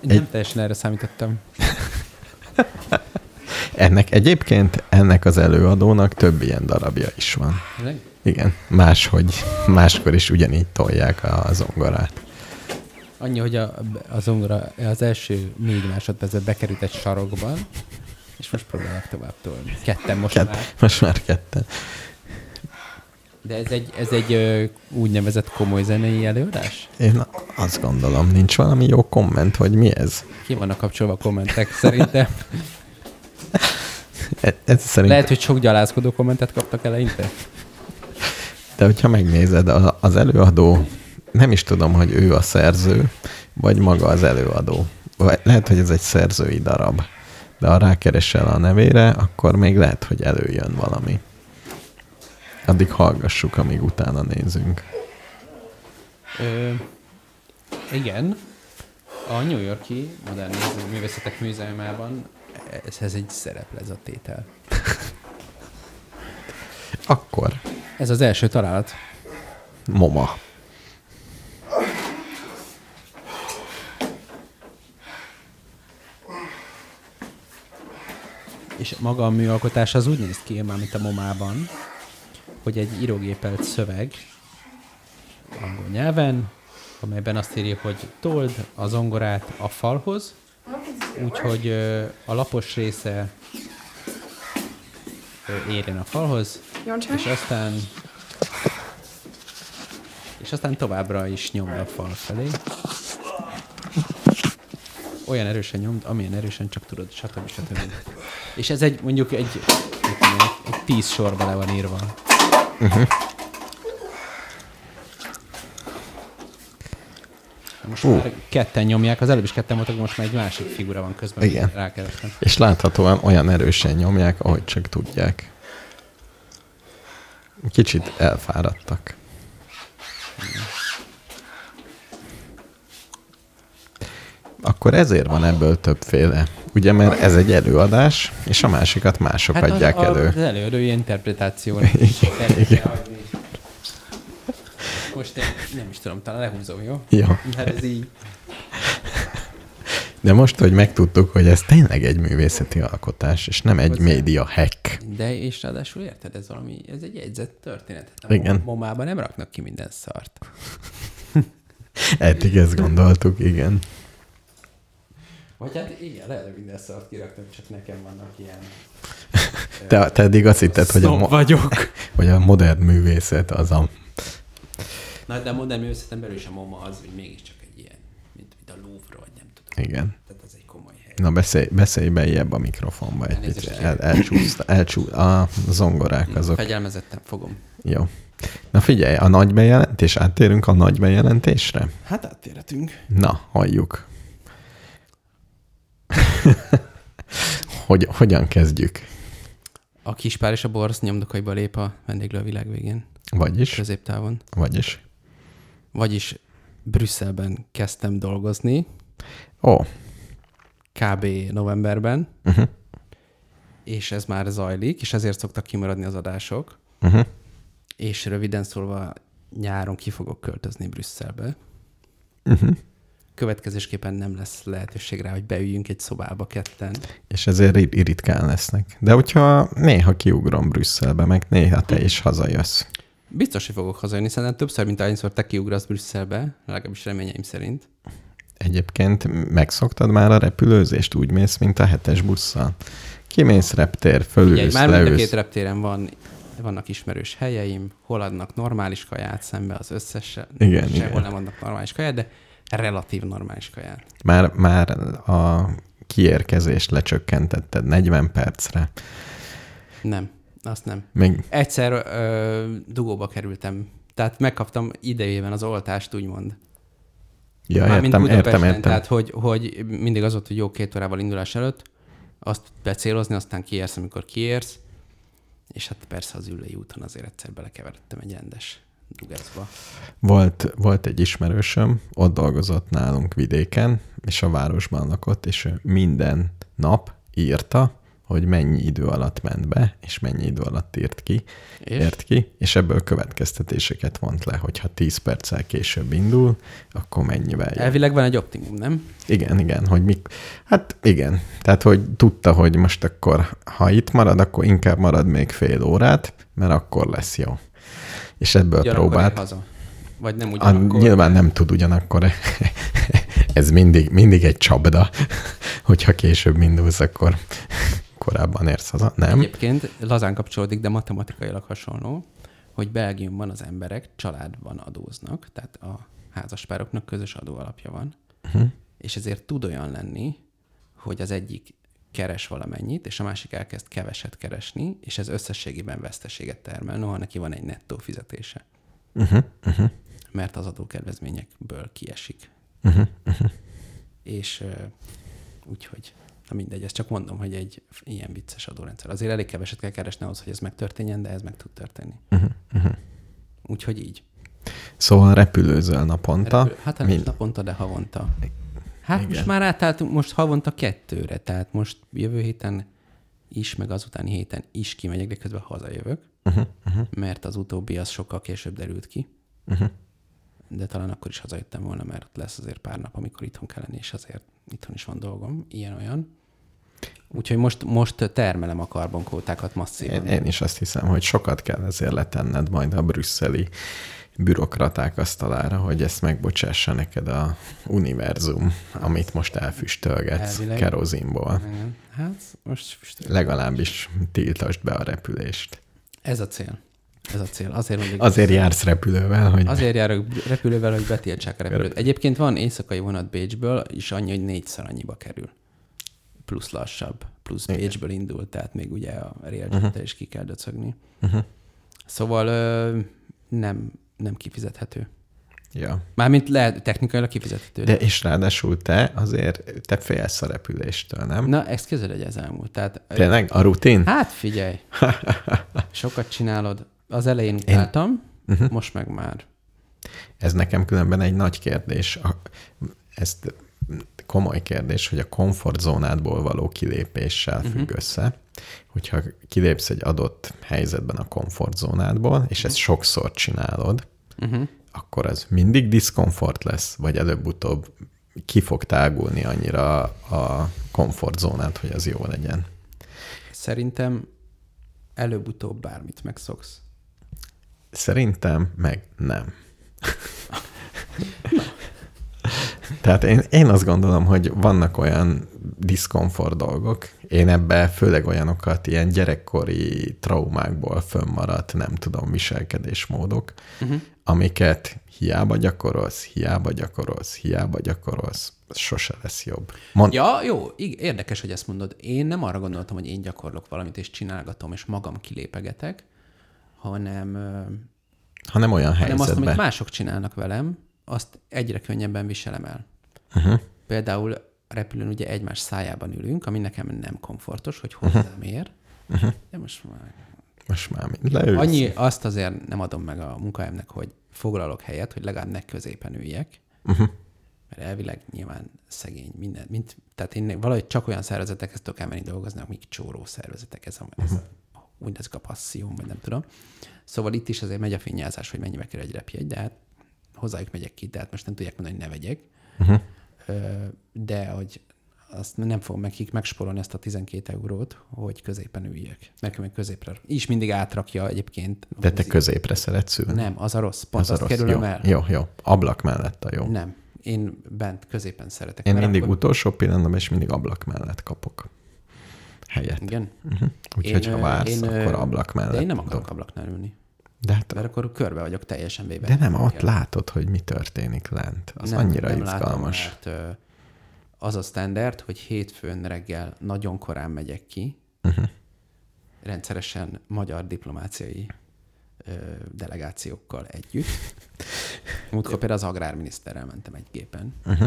Nem teljesen erre számítottam. Ennek egyébként, ennek az előadónak több ilyen darabja is van. Tényleg? Igen, máshogy, máskor is ugyanígy tolják a zongorát. Annyi, hogy a, a zongora az első négy másodpercben bekerült egy sarokban, és most próbálják tovább tolni. Ketten most Kett, már. most már ketten. De ez egy, ez egy ö, úgynevezett komoly zenei előadás? Én azt gondolom, nincs valami jó komment, hogy mi ez? Ki vannak kapcsolva a kommentek szerintem? E- Ez szerint Lehet, hogy sok gyalázkodó kommentet kaptak eleinte? De hogyha megnézed, a- az előadó, nem is tudom, hogy ő a szerző, vagy maga az előadó. Vagy lehet, hogy ez egy szerzői darab. De ha rákeresel a nevére, akkor még lehet, hogy előjön valami. Addig hallgassuk, amíg utána nézünk. Ö, igen. A New Yorki Modern Művészetek Múzeumában ez, ez egy szerep, ez a tétel. Akkor Ez az első találat. Moma. És maga a műalkotás az úgy néz ki, már mint a momában, hogy egy írógépelt szöveg angol nyelven, amelyben azt írja, hogy told a zongorát a falhoz, úgyhogy ö, a lapos része ö, érjen a falhoz, és aztán és aztán továbbra is nyomd a fal felé. Olyan erősen nyomd, amilyen erősen csak tudod, stb. stb. És ez egy, mondjuk egy, mit tudom én, egy, egy tíz sorba le van írva. Most már ketten nyomják, az előbb is ketten voltak, most már egy másik figura van közben. Igen. Rákerestem. És láthatóan olyan erősen nyomják, ahogy csak tudják. Kicsit elfáradtak. Akkor ezért van ebből többféle. Ugye, mert ez egy előadás, és a másikat mások hát adják az, elő. Az előadó ilyen interpretációra. Igen. Most én nem is tudom, talán lehúzom, jó? Jó. Hát ez így. De most, hogy megtudtuk, hogy ez tényleg egy művészeti alkotás, és nem egy média hack. De és ráadásul érted, ez valami, ez egy jegyzett történet. Hát Igen. A momában nem raknak ki minden szart. Eddig ezt gondoltuk, igen. Vagy hát igen, lehet, hogy minden szart kiraktam, csak nekem vannak ilyen. Te, te eddig azt hitted, hogy a, Sznob mo- vagyok. hogy a modern művészet az a Na, de a modern művészeten belül is a moma az, hogy mégiscsak egy ilyen, mint, mint a Louvre, vagy nem tudom. Igen. Tehát az egy komoly hely. Na beszélj, beszélj beljebb a mikrofonba egy Elnézést picit. El, kérek. elcsúszt, elcsú, a zongorák azok. Fegyelmezetten fogom. Jó. Na figyelj, a nagy bejelentés, áttérünk a nagy bejelentésre? Hát áttérhetünk. Na, halljuk. Hogy, hogyan kezdjük? A kispár és a borz nyomdokaiba lép a vendéglő a világ végén, Vagyis, középtávon. vagyis. Vagyis Brüsszelben kezdtem dolgozni, Ó, kb. novemberben, uh-huh. és ez már zajlik, és ezért szoktak kimaradni az adások. uh-huh. És röviden szólva nyáron ki fogok költözni Brüsszelbe. Uh-huh. uh-huh. Következésképpen nem lesz lehetőség rá, hogy beüljünk egy szobába ketten. és ezért ri- ritkán lesznek. De hogyha néha kiugrom Brüsszelbe, meg néha te is hazajössz. Biztos, hogy fogok hazajönni, szerintem többször, mint ahányszor te kiugrasz Brüsszelbe, legalábbis reményeim szerint. Egyébként megszoktad már a repülőzést, úgy mész, mint a hetes busszal. Kimész reptér, Ugye, fölülsz, már mind a két leülsz. reptéren van, vannak ismerős helyeim, hol adnak normális kaját szembe az összessel. Igen, Sehol igen. nem adnak normális kaját, de relatív normális kaját. Már, már a kiérkezést lecsökkentetted 40 percre. Nem, azt nem. Még Egyszer ö, dugóba kerültem. Tehát megkaptam idejében az oltást, úgymond. ja, Mármint értem, Budapesten, értem, értem. Tehát, hogy, hogy mindig az volt, hogy jó két órával indulás előtt, azt becélozni, aztán kiérsz, amikor kiérsz, és hát persze az ülői úton azért egyszer belekeveredtem egy rendes dugászba. Volt, volt egy ismerősöm, ott dolgozott nálunk vidéken, és a városban lakott, és ő minden nap írta, hogy mennyi idő alatt ment be, és mennyi idő alatt írt ki, És? ért ki, és ebből következtetéseket vont le, hogy ha 10 perccel később indul, akkor mennyivel jön. Elvileg van egy optimum, nem? Igen, igen, hogy mik... Hát igen, tehát hogy tudta, hogy most akkor, ha itt marad, akkor inkább marad még fél órát, mert akkor lesz jó. És ebből Ugyanakkor próbált. ér haza. Vagy nem A, ugyanakkor. nyilván nem tud ugyanakkor. Ez mindig, mindig egy csapda, hogyha később indulsz, akkor korábban érsz haza. Nem? Egyébként lazán kapcsolódik, de matematikailag hasonló, hogy Belgiumban az emberek családban adóznak, tehát a házaspároknak közös adóalapja van, Mhm. uh-huh. és ezért tud olyan lenni, hogy az egyik keres valamennyit, és a másik elkezd keveset keresni, és ez összességében veszteséget termel, noha neki van egy nettó fizetése. Uh-huh. Mhm, Uh-huh. Mert az adókedvezményekből kiesik. Uh-huh. mhm, Uh-huh. És ö, úgyhogy Na mindegy, ezt csak mondom, hogy egy f- ilyen vicces adórendszer. Azért elég keveset kell keresni ahhoz, hogy ez megtörténjen, de ez meg tud történni. mhm, Uh-huh. Úgyhogy így. Szóval repülőzöl naponta. Repül- Hát nem is Mind- naponta, de havonta. Hát Igen. most már átálltunk, most havonta kettőre, tehát most jövő héten is, meg az utáni Mhm, héten is kimegyek, de közben hazajövök, uh-huh. mert az utóbbi az sokkal később derült ki. Uh-huh. de talán akkor is hazajöttem volna, mert ott lesz azért pár nap, amikor itthon kell lenni, és azért itthon is van dolgom, ilyen-olyan. Úgyhogy most, most termelem a karbonkótákat Én, masszívan. én is azt hiszem, hogy sokat kell ezért letenned majd a brüsszeli bürokraták asztalára, hogy ezt megbocsássa neked a univerzum, amit most elfüstölgetsz Elvileg. kerozinból. Igen. Hát most Legalábbis tiltasd be a repülést. ez a cél. Ez a cél. Azért, mondjuk, Azért jársz repülővel, hogy azért járok repülővel, hogy betiltsák a repülőt. Egyébként van éjszakai vonat Bécsből, és annyi, hogy négyszer annyiba kerül. Plusz lassabb, plusz Igen. Mhm. Bécsből indul, tehát még ugye a rail uh-huh. is ki kell döcögni. Szóval ö, nem, nem kifizethető. Ja. Mármint lehet, technikailag kifizethető. De és ráadásul te azért, te félsz a repüléstől, nem? Na, ezt képzeld, hogy ez elmúlt. Tehát, Tényleg? A rutin? hát figyelj, sokat csinálod. Az elején Én... álltam, uh-huh. Mhm. most meg már. Ez nekem különben egy nagy kérdés. A, ezt komoly kérdés, hogy a komfortzónádból való kilépéssel uh-huh. függ össze. Hogyha kilépsz egy adott helyzetben a komfortzónádból, és ezt sokszor csinálod, Mhm. uh-huh. akkor az mindig diszkomfort lesz, vagy előbb-utóbb ki fog tágulni annyira a komfortzónád, hogy az jó legyen. Szerintem előbb-utóbb bármit megszoksz. Szerintem meg nem. Tehát én, én azt gondolom, hogy vannak olyan diszkomfort dolgok, én ebbe főleg olyanokat, ilyen gyerekkori traumákból fönnmaradt, nem tudom, viselkedésmódok, Mhm. uh-huh. amiket hiába gyakorolsz, hiába gyakorolsz, hiába gyakorolsz, sose lesz jobb. Mond, Ja, jó, ig- érdekes, hogy ezt mondod. Én nem arra gondoltam, hogy én gyakorlok valamit, és csinálgatom, és magam kilépegetek, hanem, ö, Ha nem olyan hanem azt, amit helyzetben. mások csinálnak velem, azt egyre könnyebben viselem el. Uh-huh. Például a repülőn ugye egymás szájában ülünk, ami nekem nem komfortos, hogy hozzám ér. De most már Most már mind leülsz. annyi, azt azért nem adom meg a munkahelyemnek, hogy foglalok helyet, hogy legalább ne középen üljek, Mhm. mert elvileg nyilván szegény minden. Mint, tehát én valahogy csak olyan szervezetekhez tudok elmenni dolgozni, amik csóró szervezetek, ez, a, ez a, úgy ezek a passzióm, vagy nem tudom. Szóval itt is azért megy a finnyázás, hogy mennyibe kerül egy repjegy, de hát hozzájuk megyek ki, tehát most nem tudják mondani, hogy ne vegyek. Mhm. Ö, De hogy azt nem fogom nekik megsporolni ezt a 12 eurót, hogy középen üljek. Nekem egy középre. Is mindig átrakja egyébként. De te az- középre szeretsz ülni. Nem, az a rossz. Pont Az az a azt rossz. kerülöm jó, el. Jó, jó. Ablak mellett a jó. Nem. Én bent középen szeretek. Én mert mindig akkor- utolsó pillanatban, és mindig ablak mellett kapok helyet. Mhm. Igen. Úgyhogy Én, ha ö, vársz, én, ö, akkor ablak mellett. De én nem akarok dob. ablaknál ülni. De, hát, Mert akkor körbe vagyok teljesen véve. de nem, ott látod, hogy mi történik lent. Az nem, annyira nem izgalmas. Látom, mert, ö, az a standard, hogy hétfőn reggel nagyon korán megyek ki, Uh-huh. rendszeresen magyar diplomáciai ö, delegációkkal együtt. Múltkor például az agrárminiszterrel mentem egy gépen. mhm.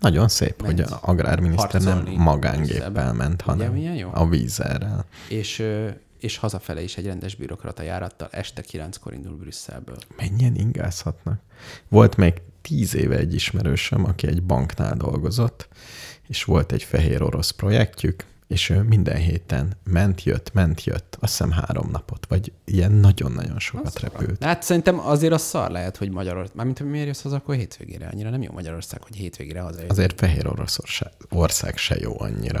Nagyon szép, Ment hogy a agrárminiszter nem harcolni magángéppel Brüsszelbe. ment, hanem Ugye, milyen jó? a vízerrel. És, ö, és hazafele is egy rendes bürokrata járattal este kilenckor indul Brüsszelből. Mennyien ingázhatnak? Volt még tíz éve egy ismerősöm, aki egy banknál dolgozott, és volt egy fehér orosz projektjük, és ő minden héten ment, jött, ment, jött, azt hiszem három napot, vagy ilyen nagyon-nagyon sokat Az repült. Hát szerintem azért az szar lehet, hogy Magyarország, mármint hogy miért jössz haza, akkor hétvégére annyira nem jó Magyarország, hogy hétvégére hazajössz. Azért fehér orosz ország se jó annyira.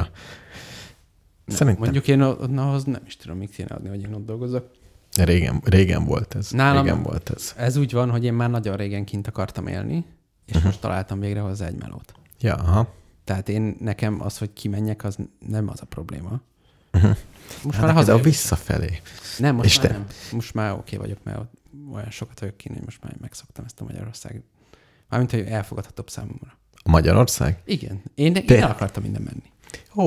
Nem, Szerintem Mondjuk én o- na, ahhoz nem is tudom, mit kéne adni, hogy én ott dolgozok. régen, régen volt ez. Nálam- Régen volt ez. Ez úgy van, hogy én már nagyon régen kint akartam élni, és Mhm. most találtam végre hozzá egy melót. Ja, aha. Tehát én, nekem az, hogy kimenjek, az nem az a probléma. Most Hát már neked a hazajövök. visszafelé. Nem, most És már te? nem. Most már oké vagyok, mert olyan sokat vagyok kint, hogy most már megszoktam ezt a Magyarország. Mármint, hogy elfogadhatóbb számomra. Magyarország? Igen. Én, én Tényleg? el akartam minden menni.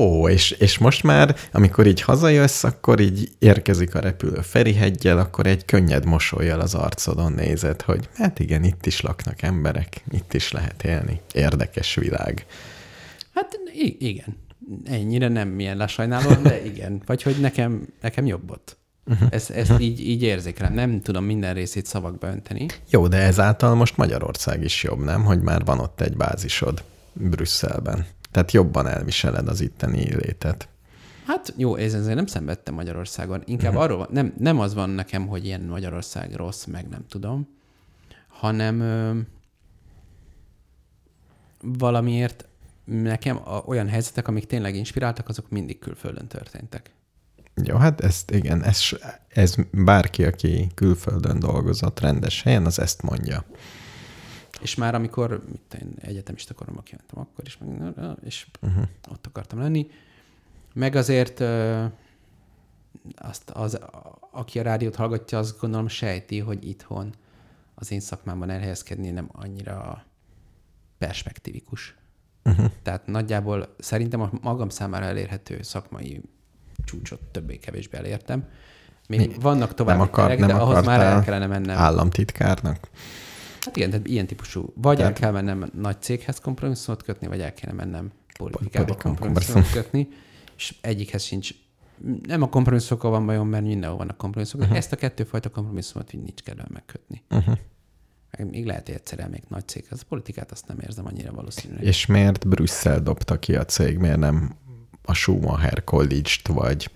Ó, és, és most már, amikor így hazajössz, akkor így érkezik a repülő Ferihegyel, akkor egy könnyed mosolyjal az arcodon nézed, hogy hát igen, itt is laknak emberek, itt is lehet élni. Érdekes világ. Hát i- igen. Ennyire nem ilyen lesajnálom, de igen. Vagy hogy nekem, nekem jobb ott. Mhm. Ezt, ezt így, így érzékelem. Nem tudom minden részét szavakba önteni. Jó, de ezáltal most Magyarország is jobb, nem? Hogy már van ott egy bázisod Brüsszelben. Tehát jobban elviseled az itteni létet. Hát jó, ez ezért nem szenvedtem Magyarországon. Inkább arról van, nem, nem az van nekem, hogy ilyen Magyarország rossz, meg nem tudom, hanem ö, valamiért nekem a, olyan helyzetek, amik tényleg inspiráltak, azok mindig külföldön történtek. Jó, hát ezt igen, ez, ez bárki, aki külföldön dolgozott rendes helyen, az ezt mondja. És már amikor mit én egyetemista koromban kijöntem, akkor is, meg, és Mhm. uh-huh. ott akartam lenni. Meg azért ö, azt, az, a- aki a rádiót hallgatja, azt gondolom sejti, hogy itthon az én szakmámban elhelyezkedni nem annyira perspektívikus. Mhm. Uh-huh. Tehát nagyjából szerintem a magam számára elérhető szakmai csúcsot többé-kevésbé elértem. Még Mi? vannak további nem akar, terek, nem de ahhoz már akartál el kellene mennem. államtitkárnak. Hát igen, tehát ilyen típusú. Vagy el Tehát- kell mennem nagy céghez kompromisszumot kötni, vagy el kéne mennem politikába Politikán kompromisszumot kötni, és egyikhez sincs. Nem a kompromisszokkal van bajom, mert mindenhol vannak kompromisszumok, Mhm. de ezt a kettőfajta kompromisszumot így nincs kellően megkötni. Uh-huh. Meg még lehet, hogy egyszer elmegyek nagy céghez. A politikát azt nem érzem annyira valószínűleg. És miért Brüsszel dobta ki a cég? Miért nem a Schumacher College-t, vagy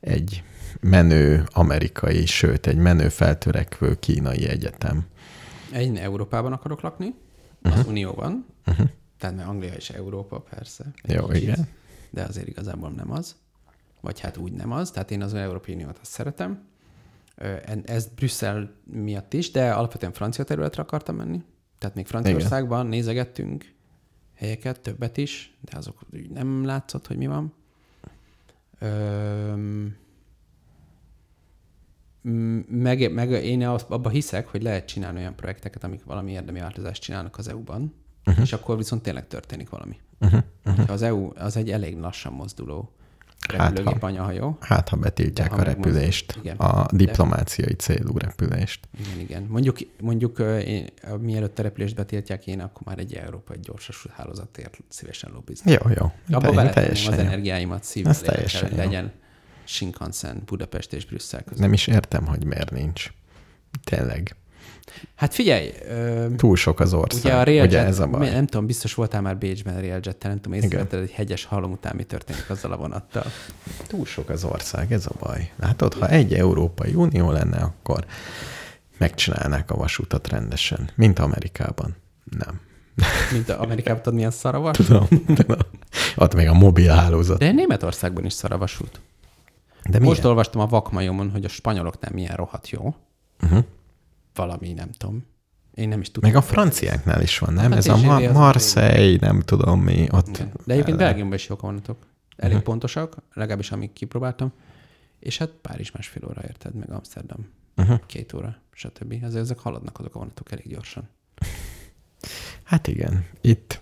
egy menő amerikai, sőt, egy menő feltörekvő kínai egyetem? Én Európában akarok lakni, az Mhm. uh-huh. Unióban, uh-huh. tehát mert Anglia és Európa persze. egy Jó, kicsit, igen. De azért igazából nem az, vagy hát úgy nem az, tehát én az Európai Uniót azt szeretem. Ö, en- Ez Brüsszel miatt is, de alapvetően francia területre akartam menni. Tehát még Franciaországban igen. nézegettünk helyeket, többet is, de azok úgy nem látszott, hogy mi van. Öm, m- meg, meg én azt- abba hiszek, hogy lehet csinálni olyan projekteket, amik valami érdemi változást csinálnak az EU-ban, uh-huh. és akkor viszont tényleg történik valami. Mhm, Uh-huh. Uh-huh. Az EU az egy elég lassan mozduló Hát ha. repülőgép anyahajó. Hát, ha betiltják De ha a megmozd- repülést, igen. a De- diplomáciai célú repülést. Igen, igen. Mondjuk, mondjuk ö, én, ö, mielőtt települést betiltják, én akkor már egy európai gyorsasú hálózatért szívesen lobbiznék. Jó, jó. Te- Abba beletenném teljesen az jó. energiáimat Ez szívvel, érdekel, teljesen hogy jó. legyen Shinkansen Budapest és Brüsszel között. Nem is értem, hogy miért nincs. Tényleg. Hát figyelj, ö, Túl sok az ország. Ugye a Railjet, Ugye ez a baj. mi- nem tudom, biztos voltál már Bécsben a Railjet-tel, nem tudom, észrevetted egy hegyes halom után mi történik azzal a vonattal. Túl sok az ország, ez a baj. Látod, ha egy Európai Unió lenne, akkor megcsinálnák a vasutat rendesen, mint Amerikában. Nem. Mint a Amerikában tudod, milyen szar a vasút? Tudom, tudom. Ott még a mobil hálózat. De Németországban is szar a vasút. De Most milyen? olvastam a vakmajomon, hogy a spanyoloknál milyen rohadt jó. Uh-huh. Valami, nem tudom. Én nem is tudom. Mhm. Meg a franciáknál is van, nem? Hát ez a és Ma- az- Marseille, nem tudom mi, ott. Igen. De egyébként Belgiumban is jók a vonatok. Elég uh-huh. pontosak, legalábbis amíg kipróbáltam. És hát Párizs másfél óra, érted? Meg Amsterdam. Mhm. Uh-huh. Két óra, stb. Ezek, ezek haladnak azok a vonatok elég gyorsan. Hát igen, itt.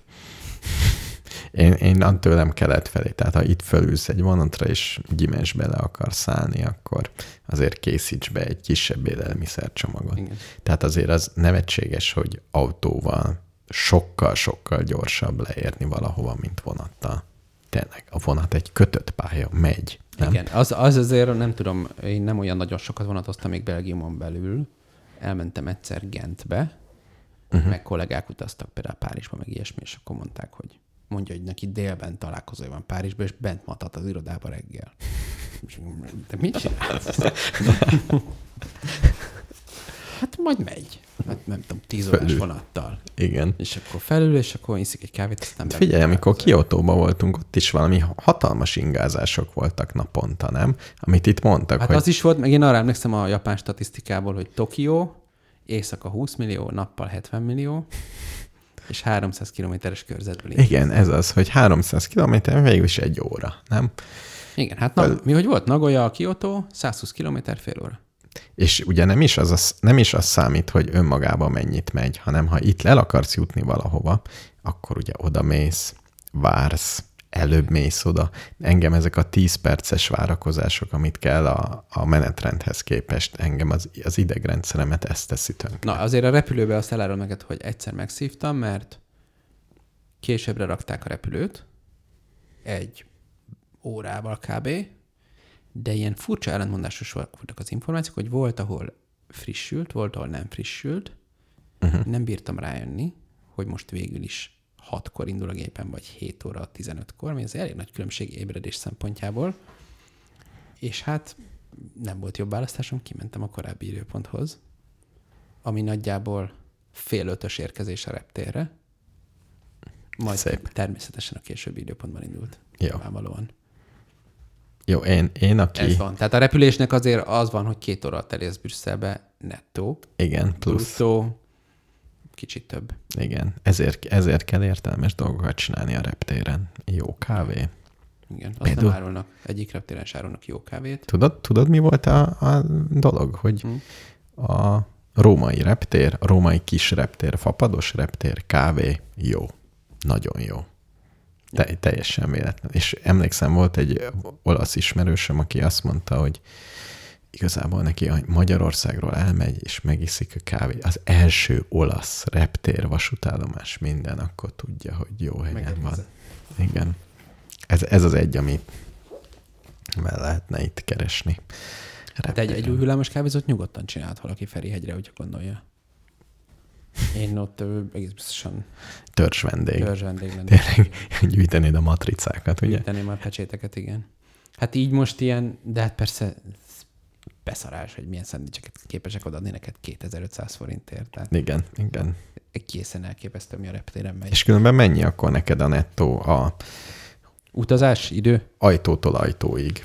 Én, én a tőlem kelet felé, tehát ha itt fölülsz egy vonatra, és gyimes bele akarsz szállni, akkor azért készíts be egy kisebb élelmiszercsomagot. Igen. Tehát azért az nevetséges, hogy autóval sokkal-sokkal gyorsabb leérni valahova, mint vonattal. Tényleg, a vonat egy kötött pálya, megy. Nem? Igen, az, az azért nem tudom, én nem olyan nagyon sokat vonatoztam még Belgiumon belül. Elmentem egyszer Gentbe, Hm. Mhm, uh-huh. meg kollégák utaztak például Párizsba, meg ilyesmi, és akkor mondták, hogy mondja, hogy neki délben találkozója van Párizsban, és bent matat az irodába reggel. És mondom, De mit csinálsz? Hát majd megy. Hát nem tudom, tíz órás Fölül. vonattal. Igen. És akkor felül, és akkor iszik egy kávét, aztán Hát bemegy. Figyelj, amikor Kiotóban voltunk, ott is valami hatalmas ingázások voltak naponta, nem? Amit itt mondtak, Hát hogy az is volt, meg én arra emlékszem a japán statisztikából, hogy Tokió, éjszaka 20 millió, nappal 70 millió, és 300 kilométeres körzetből. indul. Igen, ez az, hogy 300 km végül is egy óra, nem? Igen, hát na, mi hogy volt? Nagoya, Kyoto, 120 kilométer fél óra. És ugye nem is az, az, nem is az számít, hogy önmagában mennyit megy, hanem ha itt el akarsz jutni valahova, akkor ugye oda mész, vársz, előbb mész oda. Engem ezek a 10 perces várakozások, amit kell a, a menetrendhez képest, engem az, az idegrendszeremet ezt teszi tönkre. Na, azért a repülőbe azt elárul neked, hogy egyszer megszívtam, mert későbbre rakták a repülőt, egy órával kb., de ilyen furcsa ellentmondásos voltak az információk, hogy volt, ahol frissült, volt, ahol nem frissült. Mhm. Uh-huh. Nem bírtam rájönni, hogy most végül is 6-kor indul a gépen, vagy 7 óra 15-kor, ami az elég nagy különbség ébredés szempontjából. És hát nem volt jobb választásom, kimentem a korábbi időponthoz, ami nagyjából fél ötös érkezés a reptérre, majd Szép. természetesen a későbbi időpontban indult. Jó. Nyilvánvalóan. Jó, én, én aki... Ez van. Tehát a repülésnek azért az van, hogy két óra telész Brüsszelbe nettó, Igen, plusz. bruttó, kicsit több. Igen, ezért, ezért kell értelmes dolgokat csinálni a reptéren. Jó kávé. Igen, azt Például- nem árulnak. Egyik reptéren se árulnak jó kávét. Tudod, tudod mi volt a, a dolog? Hogy a római reptér, a római kis reptér, fapados reptér, kávé, jó. Nagyon jó. Te, teljesen véletlen. És emlékszem, volt egy olasz ismerősöm, aki azt mondta, hogy igazából neki a Magyarországról elmegy, és megiszik a kávét. Az első olasz reptér, vasútállomás, minden, akkor tudja, hogy jó helyen van. Igen. Ez, ez az egy, amit mert lehetne itt keresni. Hát egy, egy Reptéren. új hullámos kávézót nyugodtan csinálhat valaki Ferihegyre, hogyha gondolja. Én ott ö, egész biztosan Törzs vendég. törzs vendég lennék. Tényleg gyűjtenéd a matricákat, ugye? Tenném a pecséteket, igen. Hát így most ilyen, de hát persze ez beszarás, hogy milyen szendvicseket képesek odaadni neked 2500 forintért. Tehát Igen, igen. készen elképesztő, mi a reptéren megy. És különben mennyi akkor neked a nettó a Utazás, idő? ajtótól ajtóig?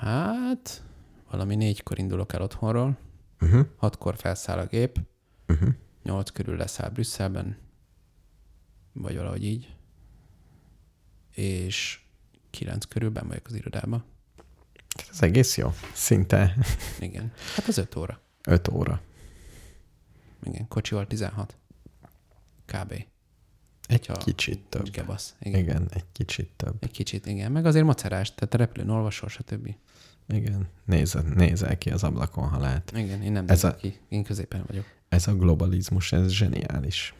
Hát, valami négykor indulok el otthonról, Mhm, Uh-huh. hatkor felszáll a gép, mhm. Uh-huh. nyolc körül leszáll Brüsszelben, vagy valahogy így, és kilenc körül ben vagyok az irodába. Ez egész jó. Szinte Igen. Hát az öt óra. 5 óra. Igen, kocsival 16. Kb. Egy Ja. kicsit több. Gebasz. Igen. igen. Igen, egy kicsit több. Egy kicsit, igen. Meg azért macerás, tehát a repülőn olvasol, stb. Igen. Nézel, nézel ki az ablakon, ha lehet. Igen, én nem Ez Ez a- a... ki. Én középen vagyok. Ez a globalizmus, ez zseniális.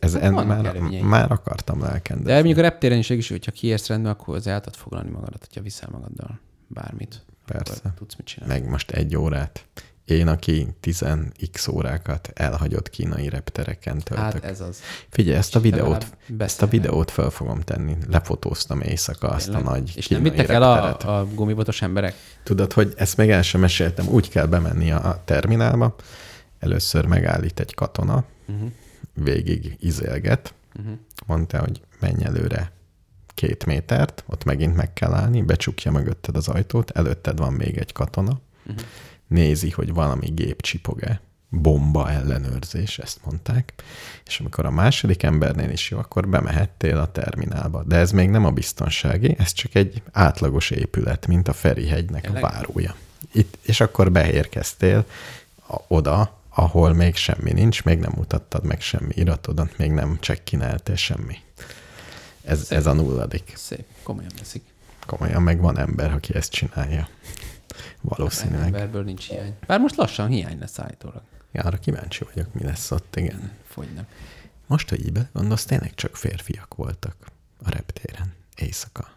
Ez Hát en, vannak már, előnyei. már akartam lelkendezni. De mondjuk a reptéren is is, hogyha kiérsz rendbe, akkor az el tudod foglalni magadat, hogyha viszel magaddal bármit. Persze. Akkor tudsz mit csinálni. meg most egy órát. Én, aki 10x órákat elhagyott kínai reptereken Hát töltök. Hát, ez az. Figyelj, ezt a videót, legalább ezt a beszélhetsz. videót fel fogom tenni. Lefotóztam éjszaka azt a Tényleg? nagy És nem kínai vittek el repteret. a, a gumibotos emberek? Tudod, hogy ezt még el sem meséltem. Úgy kell bemenni a a terminálba. Először megállít egy katona, Uh-huh. végig izélget. Uh-huh. Mondta, hogy menj előre két métert, ott megint meg kell állni, becsukja mögötted az ajtót, előtted van még egy katona, Uh-huh. nézi, hogy valami gép csipog-e, bomba ellenőrzés, ezt mondták, és amikor a második embernél is jó, akkor bemehettél a terminálba. De ez még nem a biztonsági, ez csak egy átlagos épület, mint a Ferihegynek a Tényleg? várója. Itt, és akkor beérkeztél a, oda, ahol még semmi nincs, még nem mutattad meg semmi iratodat, még nem csekkináltél semmi. Ez, ez a nulladik. Szép, komolyan veszik. Komolyan meg van ember, aki ezt csinálja. Valószínűleg. Emberből nincs hiány. Bár most lassan hiány lesz állítólag. Ja, arra kíváncsi vagyok, mi lesz ott, igen. Fogynak. Most, hogy így belegondolsz, tényleg csak férfiak voltak a reptéren éjszaka.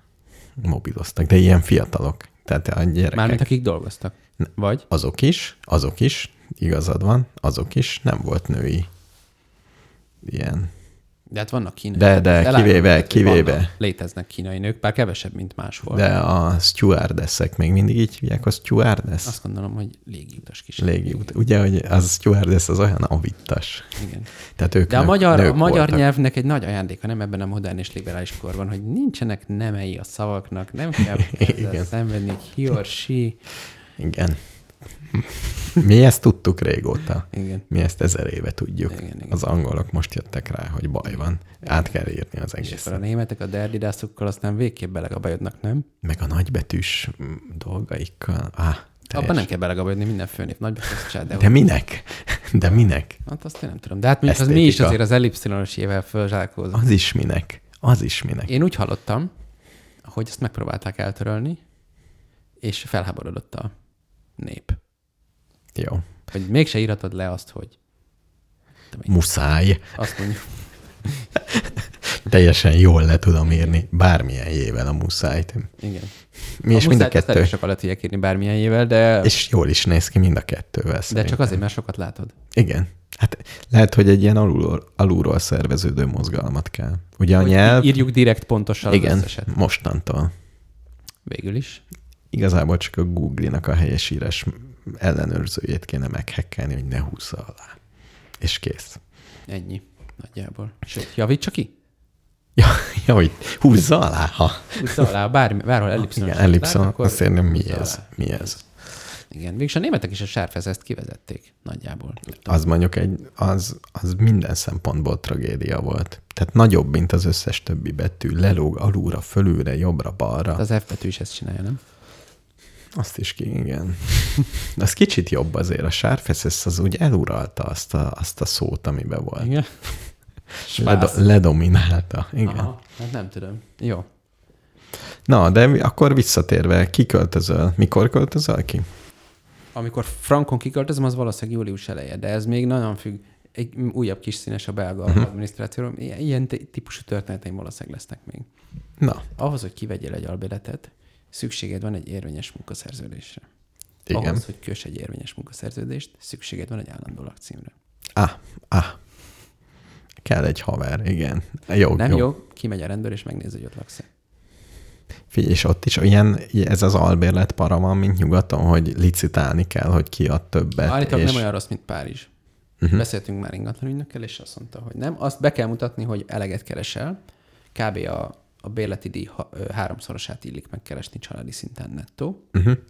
Mobiloztak, de ilyen fiatalok. Tehát a gyerekek, Mármint akik dolgoztak. Vagy? azok is, azok is, igazad van, azok is, nem volt női ilyen. De hát vannak kínai. De- de, Elárulom kivéve- neked, hogy kivéve. vannak- Léteznek kínai nők, bár kevesebb, mint máshol. De a stewardessek, még mindig így hívják a stewardess? Azt gondolom, hogy légiutas kis. Légi, ugye, hogy az stewardess az olyan avittas. Igen. Tehát ők De a nők- magyar, a nők magyar voltak. nyelvnek egy nagy ajándéka, nem ebben a modern és liberális korban, hogy nincsenek nemei a szavaknak, nem kell Igen. ezzel szenvedni, hogy he or she. Igen. Mi ezt tudtuk régóta. Igen. Mi ezt ezer éve tudjuk. Igen, igen. Az angolok most jöttek rá, hogy baj van. Át kell írni az És akkor egészet. a németek a derdidászukkal aztán végképp belegabajodnak, nem? Meg a nagybetűs mm, dolgaikkal. Ah, teljes. Abban nem kell belegabajodni, minden főnév nagybekosztság, de, De de minek? De minek? Hát azt én nem tudom. De hát mondjuk az mi is Esztétika. azért az ellipszilonos ével fölzsákózunk. Az is minek? Az is minek? Én úgy hallottam, hogy ezt megpróbálták eltörölni, és felháborodott a nép. Jó. Hogy mégse íratod le azt, hogy Muszáj. azt mondjuk, Teljesen jól le tudom írni. Bármilyen jével a muszájt. igen. Mi is mind a muszájt azt kettő. elég sokat le tudják írni bármilyen évvel, de, és És jól is néz ki mind a kettővel. de szerintem. csak azért, mert sokat látod. Igen. Hát lehet, hogy egy ilyen alulról, alulról szerveződő mozgalmat kell. Ugye a Hogy nyelv... Írjuk direkt pontosan Igen. az Igen, összeset. mostantól. Végül is. Igazából csak a Google-nak a helyesírás ellenőrzőjét kéne meghekkelni, hogy ne húzza alá. És kész. Ennyi. Nagyjából. Sőt, javítsa ki? Ja, ja hogy húzza alá, ha. Húzza alá, bármi, bárhol ellipszon. Igen, ellipszon, Akkor azt érném, mi húzza ez, alá. mi ez. Igen, végülis a németek is a sárfezezt kivezették nagyjából. Az mondjuk egy, az, az minden szempontból tragédia volt. Tehát nagyobb, mint az összes többi betű. Lelóg alulra, fölülre, jobbra-balra. Az F betű is ezt csinálja, nem? Azt is ki, igen. De az kicsit jobb azért. A sárfeszesz az úgy eluralta azt a, azt a szót, amiben volt. Igen. Ledo, Svász. ledominálta. Igen. Aha. Aha, hát nem tudom. Jó. Na, de mi- akkor visszatérve, ki költözöl? Mikor költözöl ki? Amikor frankon kiköltözöm, az valószínűleg július eleje, de ez még nagyon függ. Egy újabb kis színes a belga Mhm. adminisztrációról. Ilyen, ilyen t- típusú történeteim valószínűleg lesznek még. Na, Ahhoz, hogy kivegyél egy albéletet, szükséged van egy érvényes munkaszerződésre. Igen. Ahhoz, hogy kös egy érvényes munkaszerződést, szükséged van egy állandó lakcímre. ah, ah. Kell egy haver, igen. Jó, Nem jó. jó, kimegy a rendőr, és megnézi, hogy ott laksz Figyelj, és ott is olyan, ez az albérlet para van, mint nyugaton, hogy licitálni kell, hogy ki ad többet. Állítólag és... Hm. Mhm, nem olyan rossz, mint Párizs. Uh-huh. Beszéltünk már ingatlanügynökkel, és azt mondta, hogy nem. Azt be kell mutatni, hogy eleget keresel. Kb. a, a bérleti díj ha, ö, háromszorosát illik megkeresni családi szinten nettó. mhm. Uh-huh.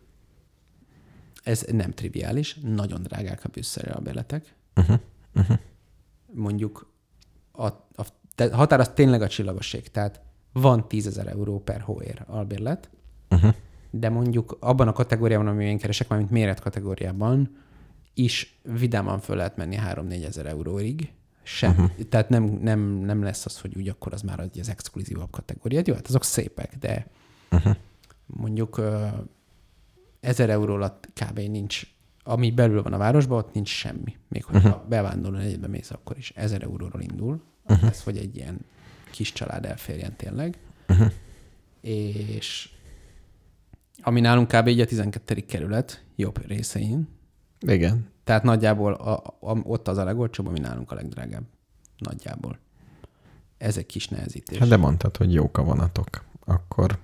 Ez nem triviális. Nagyon drágák a bűszerre a bérletek. Uh-huh. Uh-huh. Mondjuk a, a te- határ az tényleg a csillagoség. Tehát van 10 ezer euró per hóér albérlet, uh-huh. de mondjuk abban a kategóriában, amiben én keresek, mármint méret kategóriában, is vidáman föl lehet menni 3-4 ezer euróig. Sem. Uh-huh. Tehát nem, nem, nem lesz az, hogy úgy akkor az már adja az exkluzívabb kategóriát. Jó, hát azok szépek, de uh-huh. mondjuk ö, 1000 euró alatt kb. nincs, ami belül van a városban, ott nincs semmi. Még hogyha Mhm. uh-huh. bevándorló egybe mész, akkor is 1000 euróról indul. Uh-huh. Ez, hogy egy ilyen kis család elférjen tényleg. Mhm. Uh-huh. És ami nálunk kb. így a 12. kerület jobb részein, Igen. tehát nagyjából a, a, ott az a legolcsóbb, ami nálunk a legdrágább. Nagyjából. Ez egy kis nehezítés. Hát de mondtad, hogy jók a vonatok. Akkor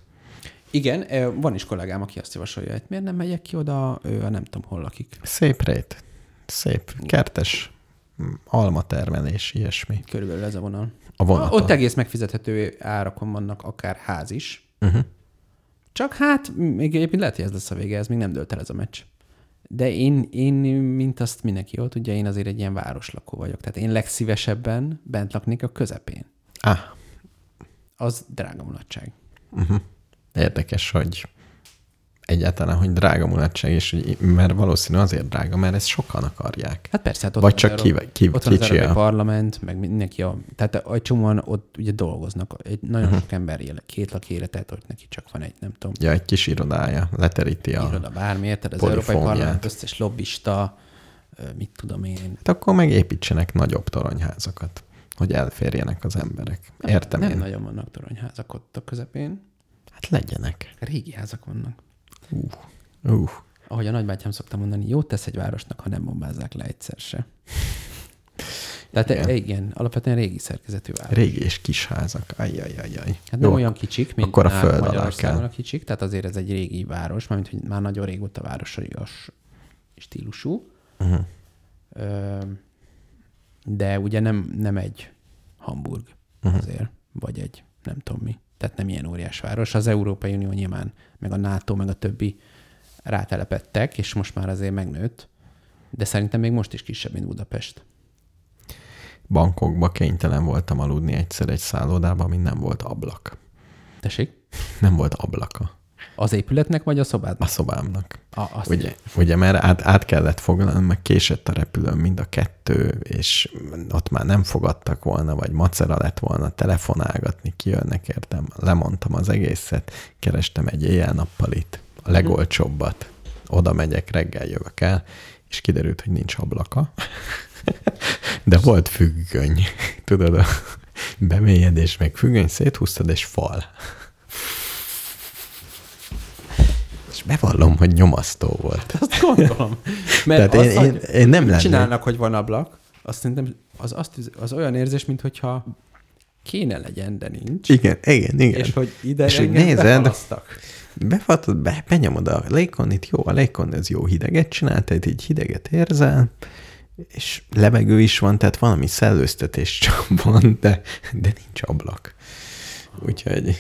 Igen, ö, van is kollégám, aki azt javasolja, hogy miért nem megyek ki oda, ő a nem tudom hol lakik. Szép rét. Szép. Kertes. mm, Alma termelés, ilyesmi. Körülbelül ez a vonal. A vonaton. Ah, Ott egész megfizethető árakon vannak, akár ház is. Uh-huh. Mhm. Csak hát, még egyébként lehet, hogy ez lesz a vége, ez még nem dölt el ez a meccs. De én, én, mint azt mindenki jól tudja, én azért egy ilyen városlakó vagyok. Tehát én legszívesebben bent laknék a közepén. Ah, Az drága mulatság. érdekes, hogy egyáltalán, hogy drága mulatság, és hogy, mert valószínű azért drága, mert ezt sokan akarják. Hát persze, hát ott Vagy van csak az ki- Euró- ki- ott van az kicsi Európai a- Parlament, meg mindenki a... Tehát a csomóan ott ugye dolgoznak. Egy nagyon Mhm. uh-huh. sok ember él, két lak élet, tehát ott neki csak van egy, nem tudom, Ja, egy kis irodája leteríti a... iroda bármi, érted? Az Polifóniát. Európai Parlament összes lobbista, ö, mit tudom én. Hát akkor meg építsenek nagyobb toronyházakat, hogy elférjenek az emberek. Értem nem én. nagyon vannak toronyházak ott a közepén. Hát legyenek. Régi házak vannak. Uh, uh. Ahogy a nagybátyám szokta mondani, jót tesz egy városnak, ha nem bombázzák le egyszer se. Tehát igen. Igen. igen, alapvetően régi szerkezetű város. Régi és kis házak. Ajjajajaj. Hát nem olyan kicsik, mint akkor a nál- föld alá Magyarországon kell. a kicsik, tehát azért ez egy régi város, mármint, hogy már nagyon régóta városias stílusú. Mhm, Uh-huh. De ugye nem, nem egy Hamburg mhm. uh-huh. azért, vagy egy nem tudom mi. Tehát nem ilyen óriás város. Az Európai Unió nyilván, meg a NATO, meg a többi rátelepettek, és most már azért megnőtt. De szerintem még most is kisebb, mint Budapest. Bankokba kénytelen voltam aludni egyszer egy szállodában, ami nem volt ablak. Tessék? Nem volt ablaka. Az épületnek, vagy a szobádnak? a szobámnak. A, azt Ugye, ugye mert át, át kellett foglalnom, meg késett a repülőn mind a kettő, és ott már nem fogadtak volna, vagy macera lett volna telefonálgatni, kijönnek értem, lemondtam az egészet, kerestem egy éjjel-nappalit, a legolcsóbbat, oda megyek, reggel jövök el, és kiderült, hogy nincs ablaka, de volt függöny, tudod, a bemélyedés meg függöny, széthúztad, és fal. És bevallom, hogy nyomasztó volt. Azt gondolom. Tehát Mert Tehát én- az, én, én- én nem lennék. csinálnak, hogy van ablak, azt szerintem az, azt, üz- az olyan érzés, mintha kéne legyen, de nincs. Igen, igen, igen. És hogy ide És és hogy engem nézed. befalasztak. Befatod, be, benyomod a lékonit, jó, a lékon ez jó hideget csinál, tehát így hideget érzel, és levegő is van, tehát valami szellőztetés csak van, de, de nincs ablak. Úgyhogy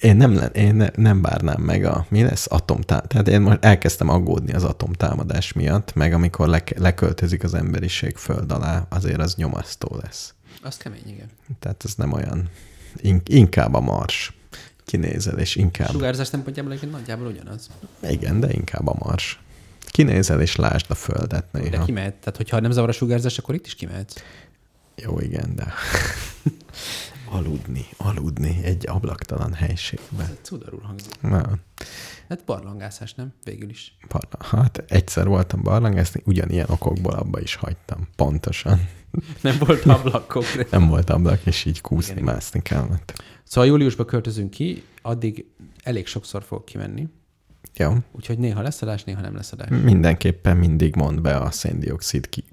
én nem, le- én ne, nem várnám meg a, mi lesz, atomtá. Tehát én most elkezdtem aggódni az atomtámadás miatt, meg amikor le, leköltözik az emberiség föld alá, azért az nyomasztó lesz. Az kemény, igen. Tehát ez nem olyan. In- inkább a mars kinézel, és inkább... Sugárzás szempontjából egyébként nagyjából ugyanaz. Igen, de inkább a mars. Kinézel, és lásd a földet De néha. kimehet. Tehát, hogyha nem zavar a sugárzás, akkor itt is kimehetsz. Jó, igen, de... aludni, aludni egy ablaktalan Ez helyiségben. egy cudarul hangzik. Na, Hát barlangászás, nem? Végül is. barlang. Hát egyszer voltam barlangászni, ugyanilyen okokból abba is hagytam. Pontosan. Nem volt ablak konkrét. Nem volt ablak, és így kúszni, Igen, igen, mászni kellett. Szóval júliusba költözünk ki, addig elég sokszor fog kimenni. Jó. Úgyhogy néha lesz adás, néha nem lesz adás. Mindenképpen mindig mondd be a széndiokszid ki-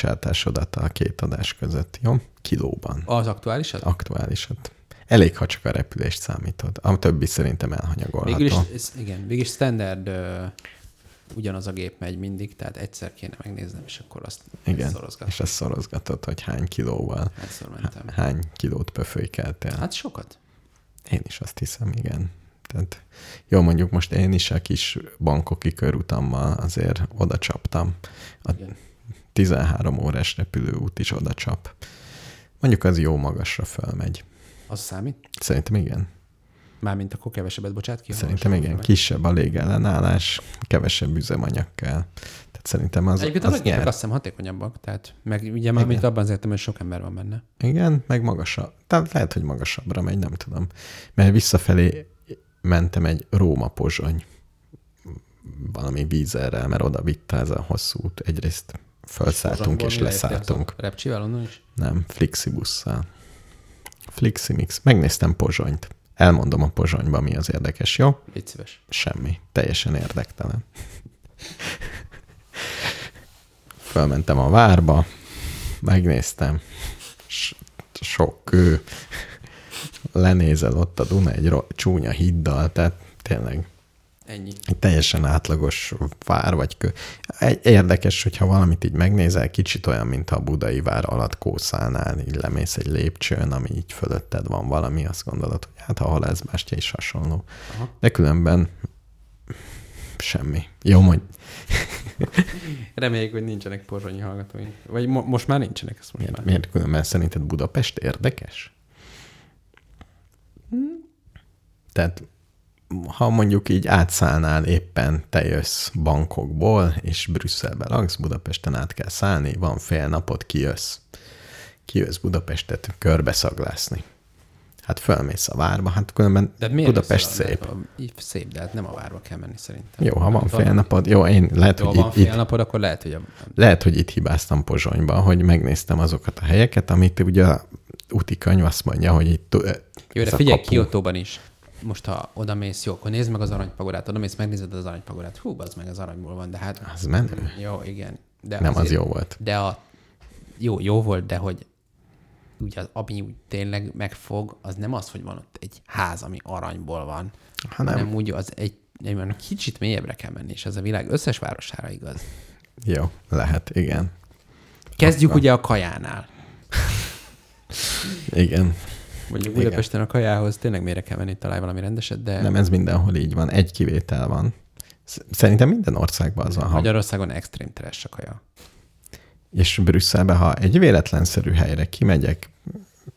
kibocsátásodat a két adás között, jó? Kilóban. Az aktuálisat? aktuálisat. Elég, ha csak a repülést számítod. A többi szerintem elhanyagolható. Végül is, ez, igen, végül is standard ö, ugyanaz a gép megy mindig, tehát egyszer kéne megnéznem, és akkor azt Igen, szorozgatom. és ezt szorozgatod, hogy hány kilóval, Hányszor mentem. hány kilót pöfölykeltél. Hát. Hát sokat. Én is azt hiszem, igen. Tehát, jó, mondjuk most én is a kis bankoki körutammal azért oda csaptam. A Igen. 13 órás repülőút is oda csap. Mondjuk az jó magasra fölmegy. Az számít? Szerintem igen. Mármint akkor kevesebbet bocsát ki. ha Szerintem most- igen, kisebb a légellenállás, kevesebb üzemanyag kell. Tehát szerintem az, Egyébként az az a gépek nyer. azt hiszem hatékonyabbak, tehát meg ugye már mint abban az értem, hogy sok ember van benne. Igen, meg magasabb. Tehát lehet, hogy magasabbra megy, nem tudom. Mert visszafelé mentem egy Róma-Pozsony valami vízerrel, mert oda vitte ez a hosszú út. Egyrészt felszálltunk Pozsonyból és mire értél? leszálltunk. Repcsivel onnan is? Nem, Flixibusszal. Fliximix. Megnéztem Pozsonyt. Elmondom a Pozsonyban, mi az érdekes, jó? Légy szíves. Semmi. Teljesen érdektelen. Fölmentem a várba, megnéztem, s- sok kő, lenézel ott a Duna egy ro- csúnya hiddal, tehát tényleg Ennyi. egy teljesen átlagos vár vagy kő. Egy- Érdekes, hogyha valamit így megnézel, kicsit olyan, mintha a budai vár alatt kószálnál, így lemész egy lépcsőn, ami így fölötted van valami, azt gondolod, hogy hát a halászbástya is hasonló. Aha. De különben semmi. Jó, mondj. Reméljük, hogy nincsenek pozsonyi hallgatóink. Vagy mo- most már nincsenek, ezt most Miért, már. miért különben szerinted Budapest érdekes? Tehát ha mondjuk így átszállnál éppen, te jössz bankokból, és Brüsszelbe laksz, Budapesten át kell szállni, van fél napot, kijössz. Kijössz Budapestet körbeszaglászni. Hát fölmész a várba, hát különben De miért Budapest össze- szép. A, a, szép, de hát nem a várba kell menni szerintem. Jó, ha van Hát fél napod, jó, én lehet, Jó, hogy van itt, fél itt napod, akkor lehet, hogy a... lehet, hogy itt hibáztam Pozsonyban, hogy megnéztem azokat a helyeket, amit ugye a úti könyv azt mondja, hogy itt ö, Jó, ez de a figyelj, kapu. Kiotóban is. Most, ha oda mész, jó, akkor nézd meg az aranypagodát, oda mész, megnézed az aranypagodát. Hú, az meg az aranyból van, de hát... Az menő. Jó, igen. De Nem, az azért- jó volt. De a... Jó, jó volt, de hogy ugye az, ami úgy tényleg megfog, az nem az, hogy van ott egy ház, ami aranyból van, Hanem- hanem, hanem úgy az egy, egy olyan kicsit mélyebbre kell menni, és ez a világ összes városára igaz. Jó, lehet, igen. Kezdjük ugye a kajánál. Igen. Mondjuk Igen. Budapesten a kajához tényleg mélyre kell menni, találj valami rendeset, de Nem, ez mindenhol így van. Egy kivétel van. Sz- Szerintem minden országban az van. Ha, Magyarországon extrém trash a kaja. és Brüsszelbe, ha egy véletlenszerű helyre kimegyek,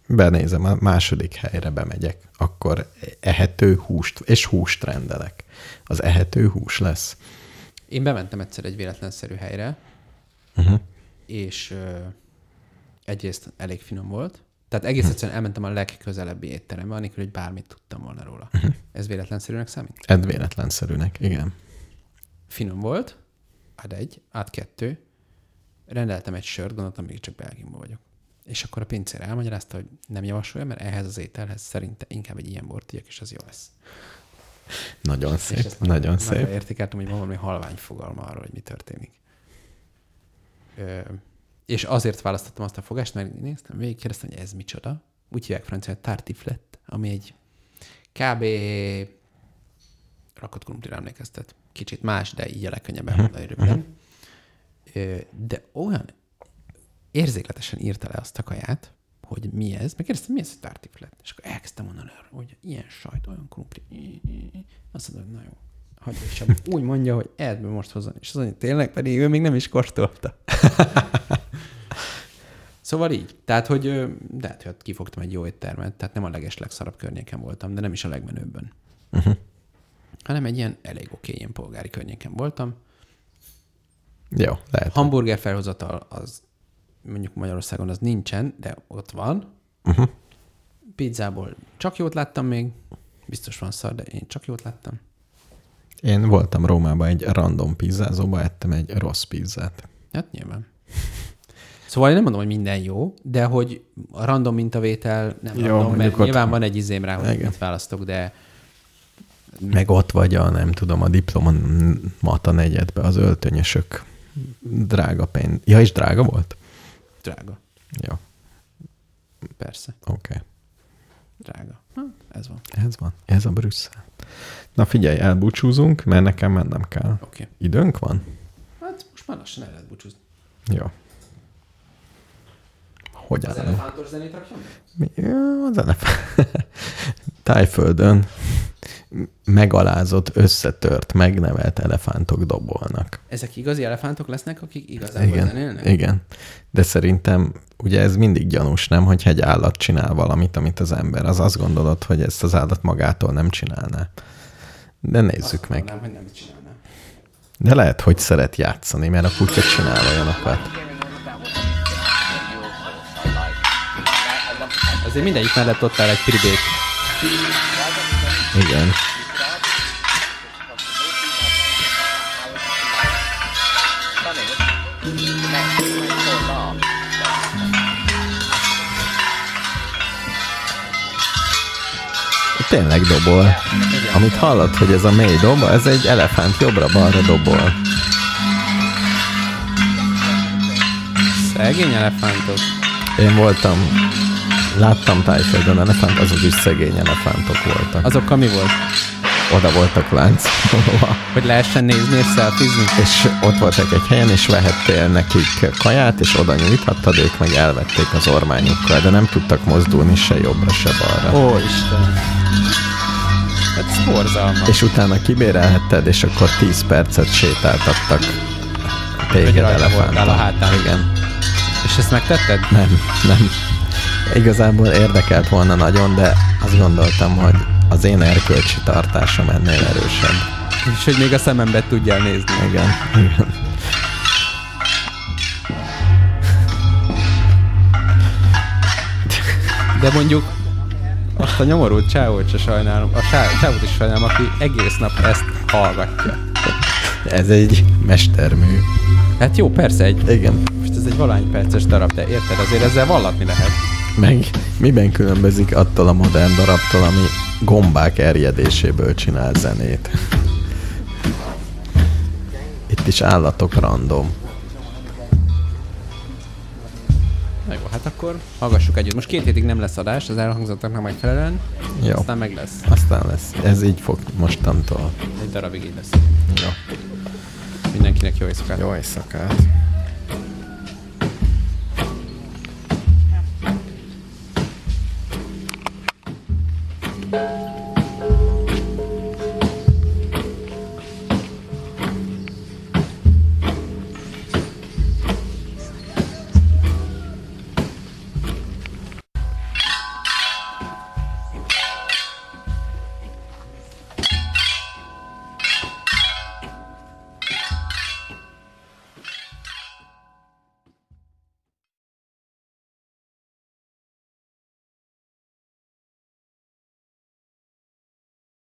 benézem, a második helyre bemegyek, akkor ehető húst, és húst rendelek. Az ehető hús lesz. Én bementem egyszer egy véletlenszerű helyre, uh-huh. Mhm. és ö, egyrészt elég finom volt, tehát egész egyszerűen elmentem a legközelebbi étterembe, anélkül, hogy bármit tudtam volna róla. Uh-huh. Ez véletlenszerűnek számít? Ed véletlenszerűnek, igen. Finom volt, át egy, át kettő, rendeltem egy sört, gondoltam, még csak Belgiumban vagyok. És akkor a pincér elmagyarázta, hogy nem javasolja, mert ehhez az ételhez szerinte inkább egy ilyen bort igyek, és az jó lesz. Nagyon szép, És ezt nagyon, nagyon szép. Értékeltem, hogy van valami halvány fogalma arról, hogy mi történik. Ö, És azért választottam azt a fogást, mert néztem, végigkérdeztem, hogy ez micsoda. Úgy hívják francia tartiflet, ami egy kb. rakott krumplira emlékeztet. Kicsit más, de így a legkönnyebb Mhm. elmondani röviden. Ö, De olyan érzékletesen írta le azt a kaját, hogy mi ez, meg kérdeztem, mi ez a tartiflet? És akkor elkezdtem mondani arra, hogy ilyen sajt, olyan krumpli. Azt mondom, na jó, hagyja, és abba úgy mondja, hogy edd be most hozzá. És azt mondja, tényleg pedig ő még nem is kóstolta. Szóval így. Tehát, hogy ö, de hát, hogy kifogtam egy jó éttermet, tehát nem a leges legszarabb környéken voltam, de nem is a legmenőbben. Uh-huh. Mhm. Hanem egy ilyen elég oké, ilyen polgári környéken voltam. Jó, lehet. Hamburger felhozatal az mondjuk Magyarországon az nincsen, de ott van. Uh-huh. Mhm. Pizzából csak jót láttam még, biztos van szar, de én csak jót láttam. Én voltam Rómában egy random pizzázóba, ettem egy rossz pizzát. Hát nyilván. Szóval én nem mondom, hogy minden jó, de hogy a random mintavétel nem Jó, jó, random, mert mondjuk ott- nyilván van egy izém rá, hogy Igen. mit választok, de Meg ott vagy a, nem tudom, a diplomata negyedbe, az öltönyösök drága pénz. Ja, és drága volt? drága. Jó, Persze, oké. Okay. drága. Ha, ez van. Ez van. Ez a Brüsszel. Na figyelj, elbúcsúzunk, mert nekem mennem kell. Oké. Okay. Időnk van? Hát most már lassan el lehet búcsúzni. Jó. Hogy Az állunk? elefántos zenét rakjam? be? Mi? Ö, Az elefánt. Tájföldön megalázott, összetört, megnevelt elefántok dobolnak. Ezek igazi elefántok lesznek, akik igazából igen, zenélnek? igen. De szerintem ugye ez mindig gyanús, nem? Hogyha egy állat csinál valamit, amit az ember, az azt gondolod, hogy ezt az állat magától nem csinálná. De nézzük Azt meg. mondanám, hogy nem csinálnám. De lehet, hogy szeret játszani, mert a kutya csinál olyanokat. Azért mindegyik mellett ott áll egy pribék. Igen. Tényleg dobol. Amit hallod, hogy ez a mély dob, ez egy elefánt jobbra-balra dobol. Szegény elefántok. Én voltam, láttam tájföldön elefánt, azok is szegény elefántok voltak. Az... Azokkal mi volt? Oda voltak láncolva. Hogy lehessen nézni és szelfizni? És ott voltak egy helyen, és vehettél nekik kaját, és oda nyújthattad, ők meg elvették az ormányukkal, de nem tudtak mozdulni se jobbra, se balra. Ó, Isten. Hát Ez borzalmas. És utána kibérelhetted, és akkor 10 percet sétáltattak téged Hogy rajta elefántal. voltál a hátán. Igen. És ezt megtetted? Nem, nem. Igazából érdekelt volna nagyon, de azt gondoltam, hogy az én erkölcsi tartásom ennél erősebb. És hogy még a szemembe tudjál nézni. Igen, igen. De mondjuk azt a nyomorult csávót se sajnálom, a sá- csávót is sajnálom, aki egész nap ezt hallgatja. Ez egy mestermű. Hát jó, persze, egy, Igen. most ez egy valány perces darab, de érted, azért ezzel vallatni lehet. Meg miben különbözik attól a modern darabtól, ami gombák erjedéséből csinál zenét? Itt is állatok random. Na jó, hát akkor hallgassuk együtt. Most két hétig nem lesz adás, az elhangzottaknak megfelelően, Jó. aztán meg lesz. Aztán lesz. Ez így fog mostantól. Egy darabig így lesz. Jó. Mindenkinek jó éjszakát. Jó éjszakát.